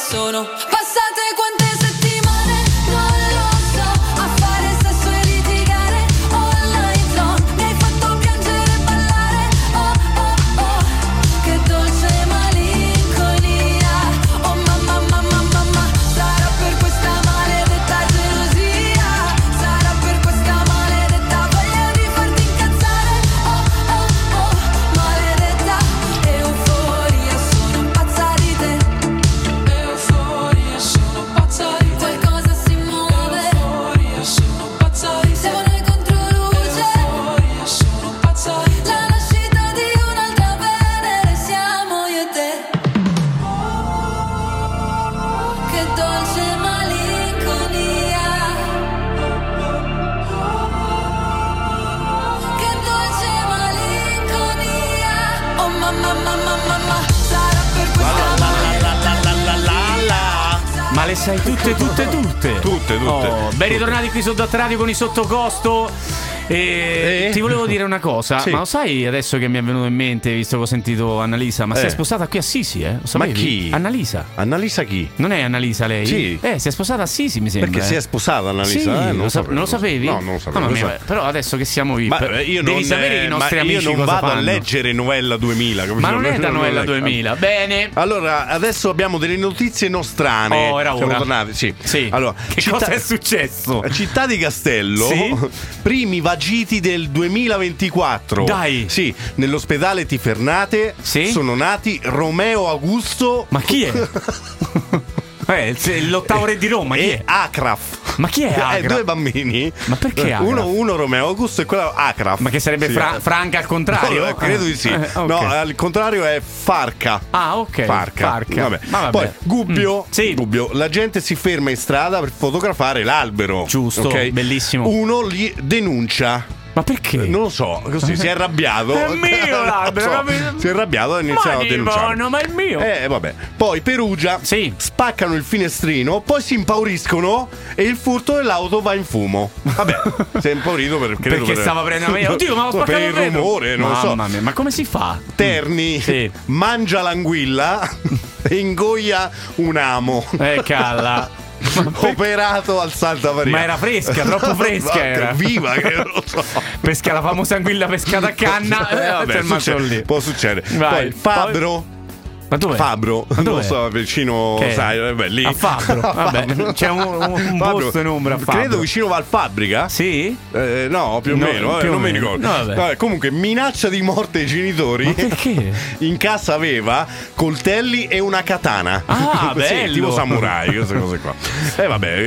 sono
Passate quante settimane, non lo so, a fare sesso e litigare, online long, mi hai fatto piangere e ballare, oh oh oh, che dolce malinconia, oh mamma mamma mamma, sarà per questa maledetta gelosia, sarà per questa maledetta voglia di farti incazzare, oh oh oh, maledetta euforia, sono pazza di te.
Euforia, sono pazza di te
Qualcosa si muove,
Euforia, sono pazza di te
siamo noi contro luce.
Euforia, sono pazza di te
La nascita di un'altra venere siamo io e te. Che dolce malinconia. Che dolce malinconia. Oh mamma, mamma, mamma, sarà per questa
Ma le sai tutte, tutte, tutte.
Tutte, tutte.
Oh, ben ritornati qui su Dot Radio con i sottocosto. E
Eh?
ti volevo dire una cosa,
Sì.
ma lo sai adesso che mi è venuto in mente, visto che ho sentito Annalisa, ma si è
Eh.
sposata qui a Sisi, eh? Lo sapevi?
Ma chi?
Annalisa.
Annalisa chi?
Non è Annalisa lei?
Sì.
Eh, si è sposata a Sisi, mi sembra.
Perché si è
sposata.
sposata Annalisa?
Sì,
Eh,
non, lo
lo
sa-
sapevo.
non lo sapevi?
No, non lo sapevo.
Mamma
Lo
mia,
sapevo.
Però adesso che siamo VIP,
Ma eh, io
devi
non,
sapere
eh,
i nostri
ma
amici
io non
cosa
vado a
fanno.
leggere Novella 2000. capisci?
Ma non è da Novella
leggo.
2000. Bene.
Allora, adesso abbiamo delle notizie nostrane.
Oh, era
Siamo
ora.
tornati, sì.
Sì.
Allora,
che
città-
cosa è successo?
Città di Castello,
Sì?
primi vagiti del 2024.
Dai.
Sì, nell'ospedale Tifernate
Sì?
sono nati Romeo Augusto
Ma
<laughs>
chi è? Eh, se- l'ottavo re di Roma, chi
e
è?
Acraf.
Ma chi è
Eh,
Agra?
due bambini.
Ma perché Acraf?
Uno, uno Romeo Augusto e quello Acraf.
Ma che sarebbe
Sì. eh.
Fra- Franca al contrario?
No, eh, credo di sì.
Eh, ok.
No, al contrario è Farca.
Ah, ok.
Farca.
Farca.
Vabbè.
Ma vabbè.
Poi Gubbio,
Mm. Sì.
Gubbio, la gente si ferma in strada per fotografare l'albero.
Giusto,
ok?
bellissimo.
Uno li denuncia.
Ma perché?
Eh, Non lo so, così si è arrabbiato.
<laughs> È mio l'albero,
<laughs> Non lo so.
capito?
Si è arrabbiato e ha iniziato
Ma
a denunciare.
Nivono, ma è mio.
Eh, vabbè. Poi Perugia
Sì.
spaccano il finestrino, poi si impauriscono e il furto dell'auto va in fumo.
<laughs>
Vabbè, si è impaurito per, credo
perché
per-
stava
<laughs>
prendendo la mia. Oddio, ma ho spaccato
Per il
vetro.
rumore, non lo so.
Mamma mia, ma come si fa?
Terni
Mm, Sì.
mangia l'anguilla <laughs> e ingoia un amo.
Eh, calla.
Operato al saltavaria.
Ma era fresca, troppo
<laughs>
fresca era.
Viva, che non lo
<laughs>
so.
Pesca la famosa anguilla pescata a
<laughs>
canna.
Eh,
Eh,
vabbè,
c'è il macello
succede,
lì.
Può succedere.
Vai.
Poi Fabro.
Ma dove?
Fabro,
Ma
non lo
dov'è?
so, vicino,
Che è?
sai, vabbè, lì.
A
<laughs>
Fabbro,
A
vabbè,
Fabbro.
c'è un- un- un
Fabbro,
posto in Umbra a Fabbro.
Credo vicino Valfabbrica.
Sì?
Eh, no, più o
No,
meno, eh,
più o
non mi
meno.
ricordo.
No, vabbè.
Vabbè, comunque, minaccia di morte ai genitori.
Ma perché?
<laughs> In casa aveva coltelli e una katana. <laughs>
Ah,
Sì,
bello.
tipo samurai, queste
<laughs>
cose qua. Eh, vabbè,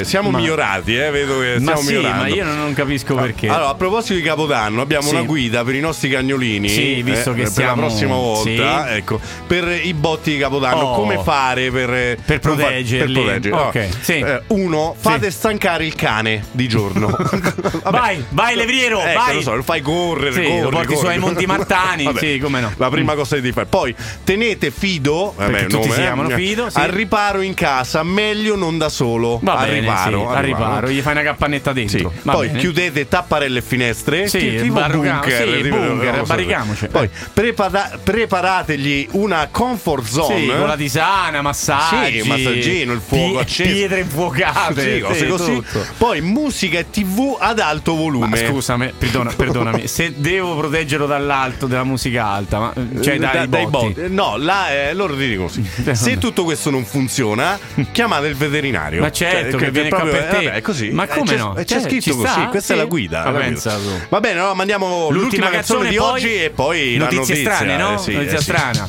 eh, siamo migliorati, eh, vedo che
Ma
stiamo
sì,
migliorando.
ma io non, non capisco perché.
Allora, a proposito di Capodanno, abbiamo
Sì.
una guida per i nostri cagnolini. eh,
Sì, visto che
per
siamo-
la prossima volta,
sì.
ecco, per i botti di Capodanno,
Oh.
come fare per,
Per
non fa-
proteggerli.
Per proteggerli.
Ok,
Allora,
sì.
eh, uno,
Sì.
fate stancare il cane
<laughs>
di giorno. Vabbè.
Vai, vai, levriero,
Ecco,
vai.
Lo, so, lo fai correre,
Sì, lo
corri,
porti su
corri.
ai Monti Martani,
<laughs> Vabbè,
sì, come no.
La prima cosa che devi fare. Poi tenete Fido, vabbè,
Perché
un
tutti
nome,
si
eh,
chiamano Fido, sì.
al riparo in casa, meglio non da solo.
Va
al
bene,
riparo,
sì, al riparo, gli fai una cappanetta
sì.
dentro. Va
Poi
bene.
chiudete tapparelle e finestre.
Sì,
Ti- tipo
barrucam-
bunker.
sì,
tipo-
bunker,
non lo so. cioè.
barricamoci.
Poi prepara- preparategli una comfort zone.
Sì, con la tisana, massaggi,
eh. Sì, massaggino, il fuoco acceso.
pietre infuocate,
Sì, cose
sì,
così.
tutto.
Poi musica e tv ad alto volume.
Ma scusami, perdona-
<laughs>
perdonami, se devo proteggerlo dall'alto della musica alta, ma, cioè
Eh,
dai,
da-
dai botti.
botti. No, là, eh, loro ti
<laughs>
dicono così. Se tutto questo non funziona, chiamate il veterinario. Cioè,
Ma certo, che viene qua
proprio-
per te.
eh, vabbè, è così.
Ma
Eh,
come
c'è-
no?
eh,
Cioè,
C'è, scritto
ci
così,
sta?
questa è
Sì.
la guida.
Ma
la guida.
pensa tu.
Va bene, allora mandiamo l'ultima, canzone, di
poi-
oggi e poi la
notizie
notizia,
strane, no?
eh, sì,
notizia
eh, sì.
strana.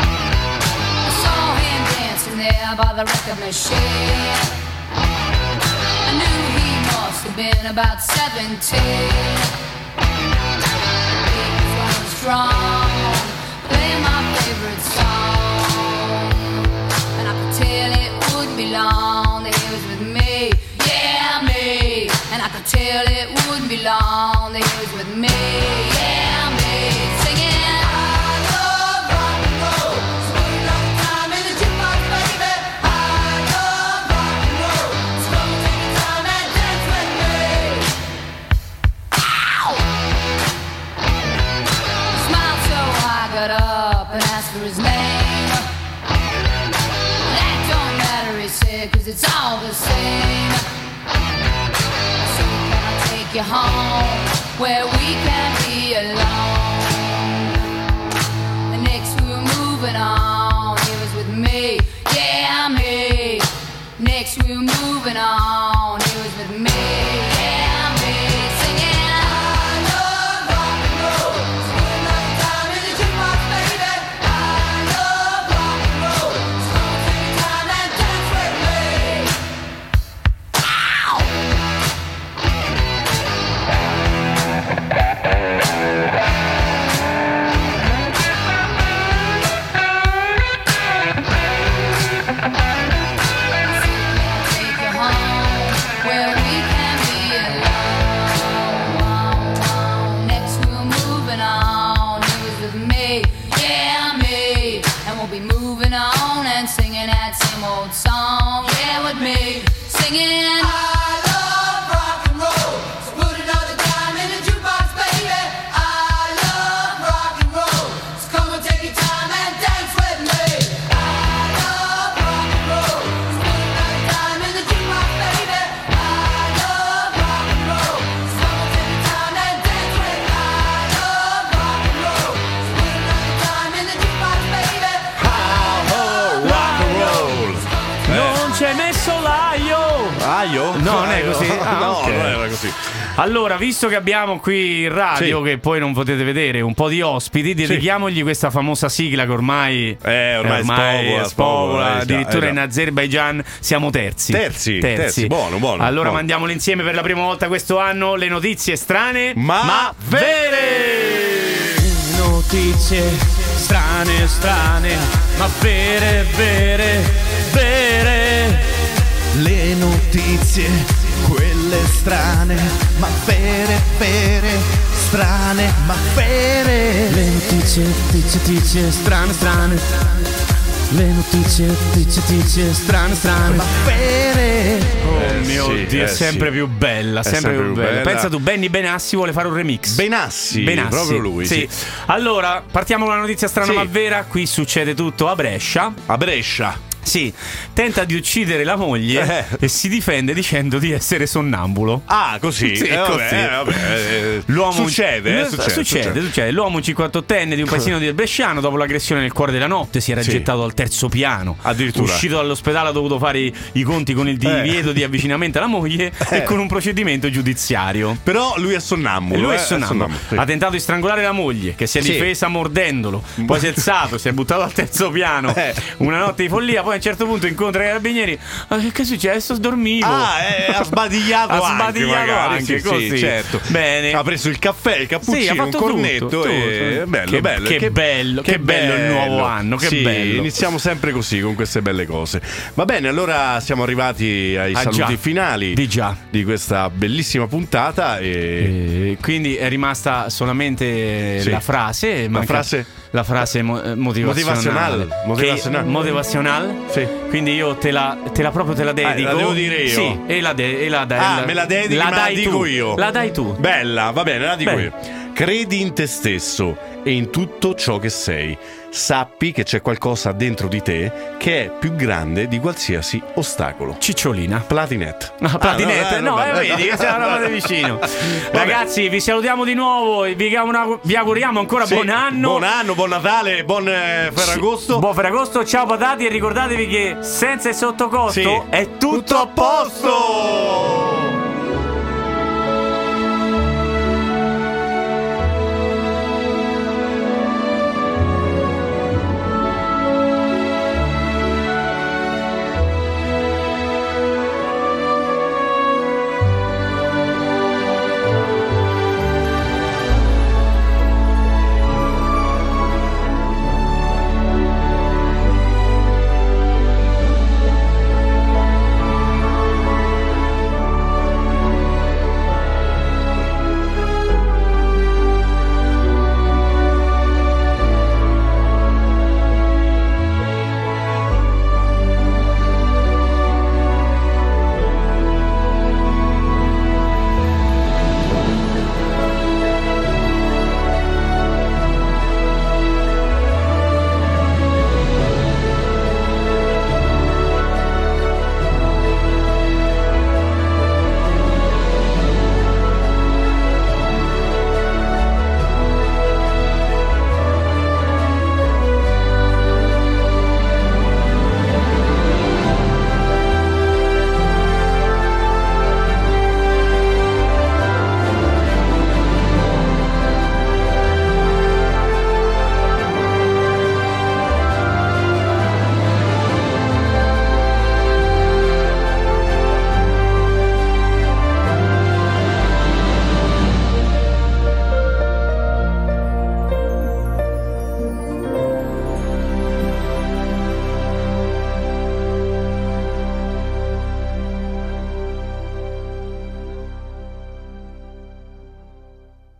I saw him dancing there by the record machine. I knew he must have been about 17. Big drum strong, playing my favorite song. And I could tell it wouldn't be long that he was with me. Yeah, me. And I could tell it wouldn't be long that he was with me. Yeah, me. Singing, I love rock and roll. It's a good enough time in the jukebox, baby. I love rock and roll.
for his name. That don't matter, he said, cause it's all the same. So can I take you home where we can be alone? And next we were moving on, he was with me, yeah, me. Next we were moving on, he was with me. yeah, me. Singing, I love rock and roll. Spend my time in the jukebox, baby. I love rock and roll. So take your time and dance with me. Take you home where we can be alone. Next we're moving on. It was with me, yeah me, and we'll be moving on and singing that same old song. Yeah, with me singing. I love rock and roll. So put another dime in the jukebox, baby. I love rock and roll. So come and take your time and dance with me. I love rock and roll. So put another dime in the jukebox, baby. I love rock and roll. So come and take your time and dance with me. I love rock and roll. So put another dime in the jukebox, baby.
Oh, rock and roll. Eh.
Non c'è messo l'aio.
Aio?
No, non è così. Ah,
<laughs> no,
ok.
non era così.
Allora, visto che abbiamo qui in radio,
Sì.
che poi non potete vedere, un po' di ospiti, dedichiamogli questa famosa sigla che ormai,
Eh, ormai spopola,
spopola,
spopola, eh,
addirittura
già, eh,
in
già.
Azerbaigian siamo terzi.
Terzi, terzi, buono, buono,
Allora
buono.
mandiamolo insieme per la prima volta questo anno le notizie strane,
Ma
vere! Notizie strane, strane, ma vere, vere, vere.
Le notizie, quelle strane, ma vere, vere, strane, ma vere. Le notizie, tizie, tizie, strane, strane. Le notizie, tizie, tizie, strane, strane, ma vere.
Oh
Eh,
mio
sì,
Dio,
eh,
è sempre
sì.
più bella, sempre, più, bella. Pensa tu, Benny Benassi vuole fare un remix.
Benassi,
Benassi.
proprio lui.
Sì.
sì.
Allora, partiamo con una notizia strana
Sì.
ma vera. Qui succede tutto a Brescia.
A Brescia.
Sì, tenta di uccidere la moglie
Eh.
e si difende dicendo di essere sonnambulo.
Ah, così.
Sì,
Eh, vabbè,
così.
eh, vabbè, eh,
L'uomo
succede, eh,
L-
succede,
succede, succede. L'uomo 58enne di un paesino del Bresciano, dopo l'aggressione nel cuore della notte, si era
Sì.
gettato al terzo piano.
Addirittura.
Uscito dall'ospedale ha dovuto fare i, i conti con il divieto di avvicinamento alla moglie e
<laughs> Eh.
con un procedimento giudiziario.
Però lui è
E
sonnambulo.
lui
eh,
è sonnambulo.
sì.
Ha tentato di strangolare la moglie, che si è
Sì.
difesa mordendolo. Poi si è alzato, si è buttato al terzo piano.
<laughs> Eh.
Una notte di follia. Poi a un certo punto incontra i carabinieri. "Ah, che, che è successo? Dormivo.
Ah, eh, ha
<laughs>
sbadigliato
Ha
anche,
sbadigliato
magari,
anche,
sì, sì,
così.
certo.
Bene.
Ha preso il caffè, il cappuccino,
Sì, ha fatto
un cornetto
tutto,
e
tutto.
bello,
Che-
bello.
che bello, che bello il nuovo anno, che
Sì,
bello.
iniziamo sempre così con queste belle cose. Va bene, allora siamo arrivati ai
Ah,
saluti
già.
finali
Di Eh. già.
di questa bellissima puntata e
E quindi è rimasta solamente
Sì.
la frase. manca-
frase?
la frase mo- eh, motivazionale.
Motivazionale, motivazionale.
Che- motivazionale.
Sì. Ah,
Quindi io te la, te la proprio te la dedico.
la devo dire io?
Sì, e la, de- e la dai.
Ah, me la dedichi, ma la
dai
dico
tu.
io.
La dai tu.
Bella, va bene, la dico
Bene.
io. Credi in te stesso e in tutto ciò che sei. Sappi che c'è qualcosa dentro di te che è più grande di qualsiasi ostacolo.
Cicciolina.
Platinet.
No, platinette,
eh,
Ah, no,
vabbè.
eh, vedi che siamo arrivati
<laughs>
vicino. Ragazzi, vi salutiamo di nuovo. e Vi, auguriamo- vi auguriamo ancora
Sì,
buon anno.
Buon anno, buon Natale, buon eh, Ferragosto.
Buon Ferragosto, ciao patati e ricordatevi che senza il sottocosto
Sì.
è tutto a posto!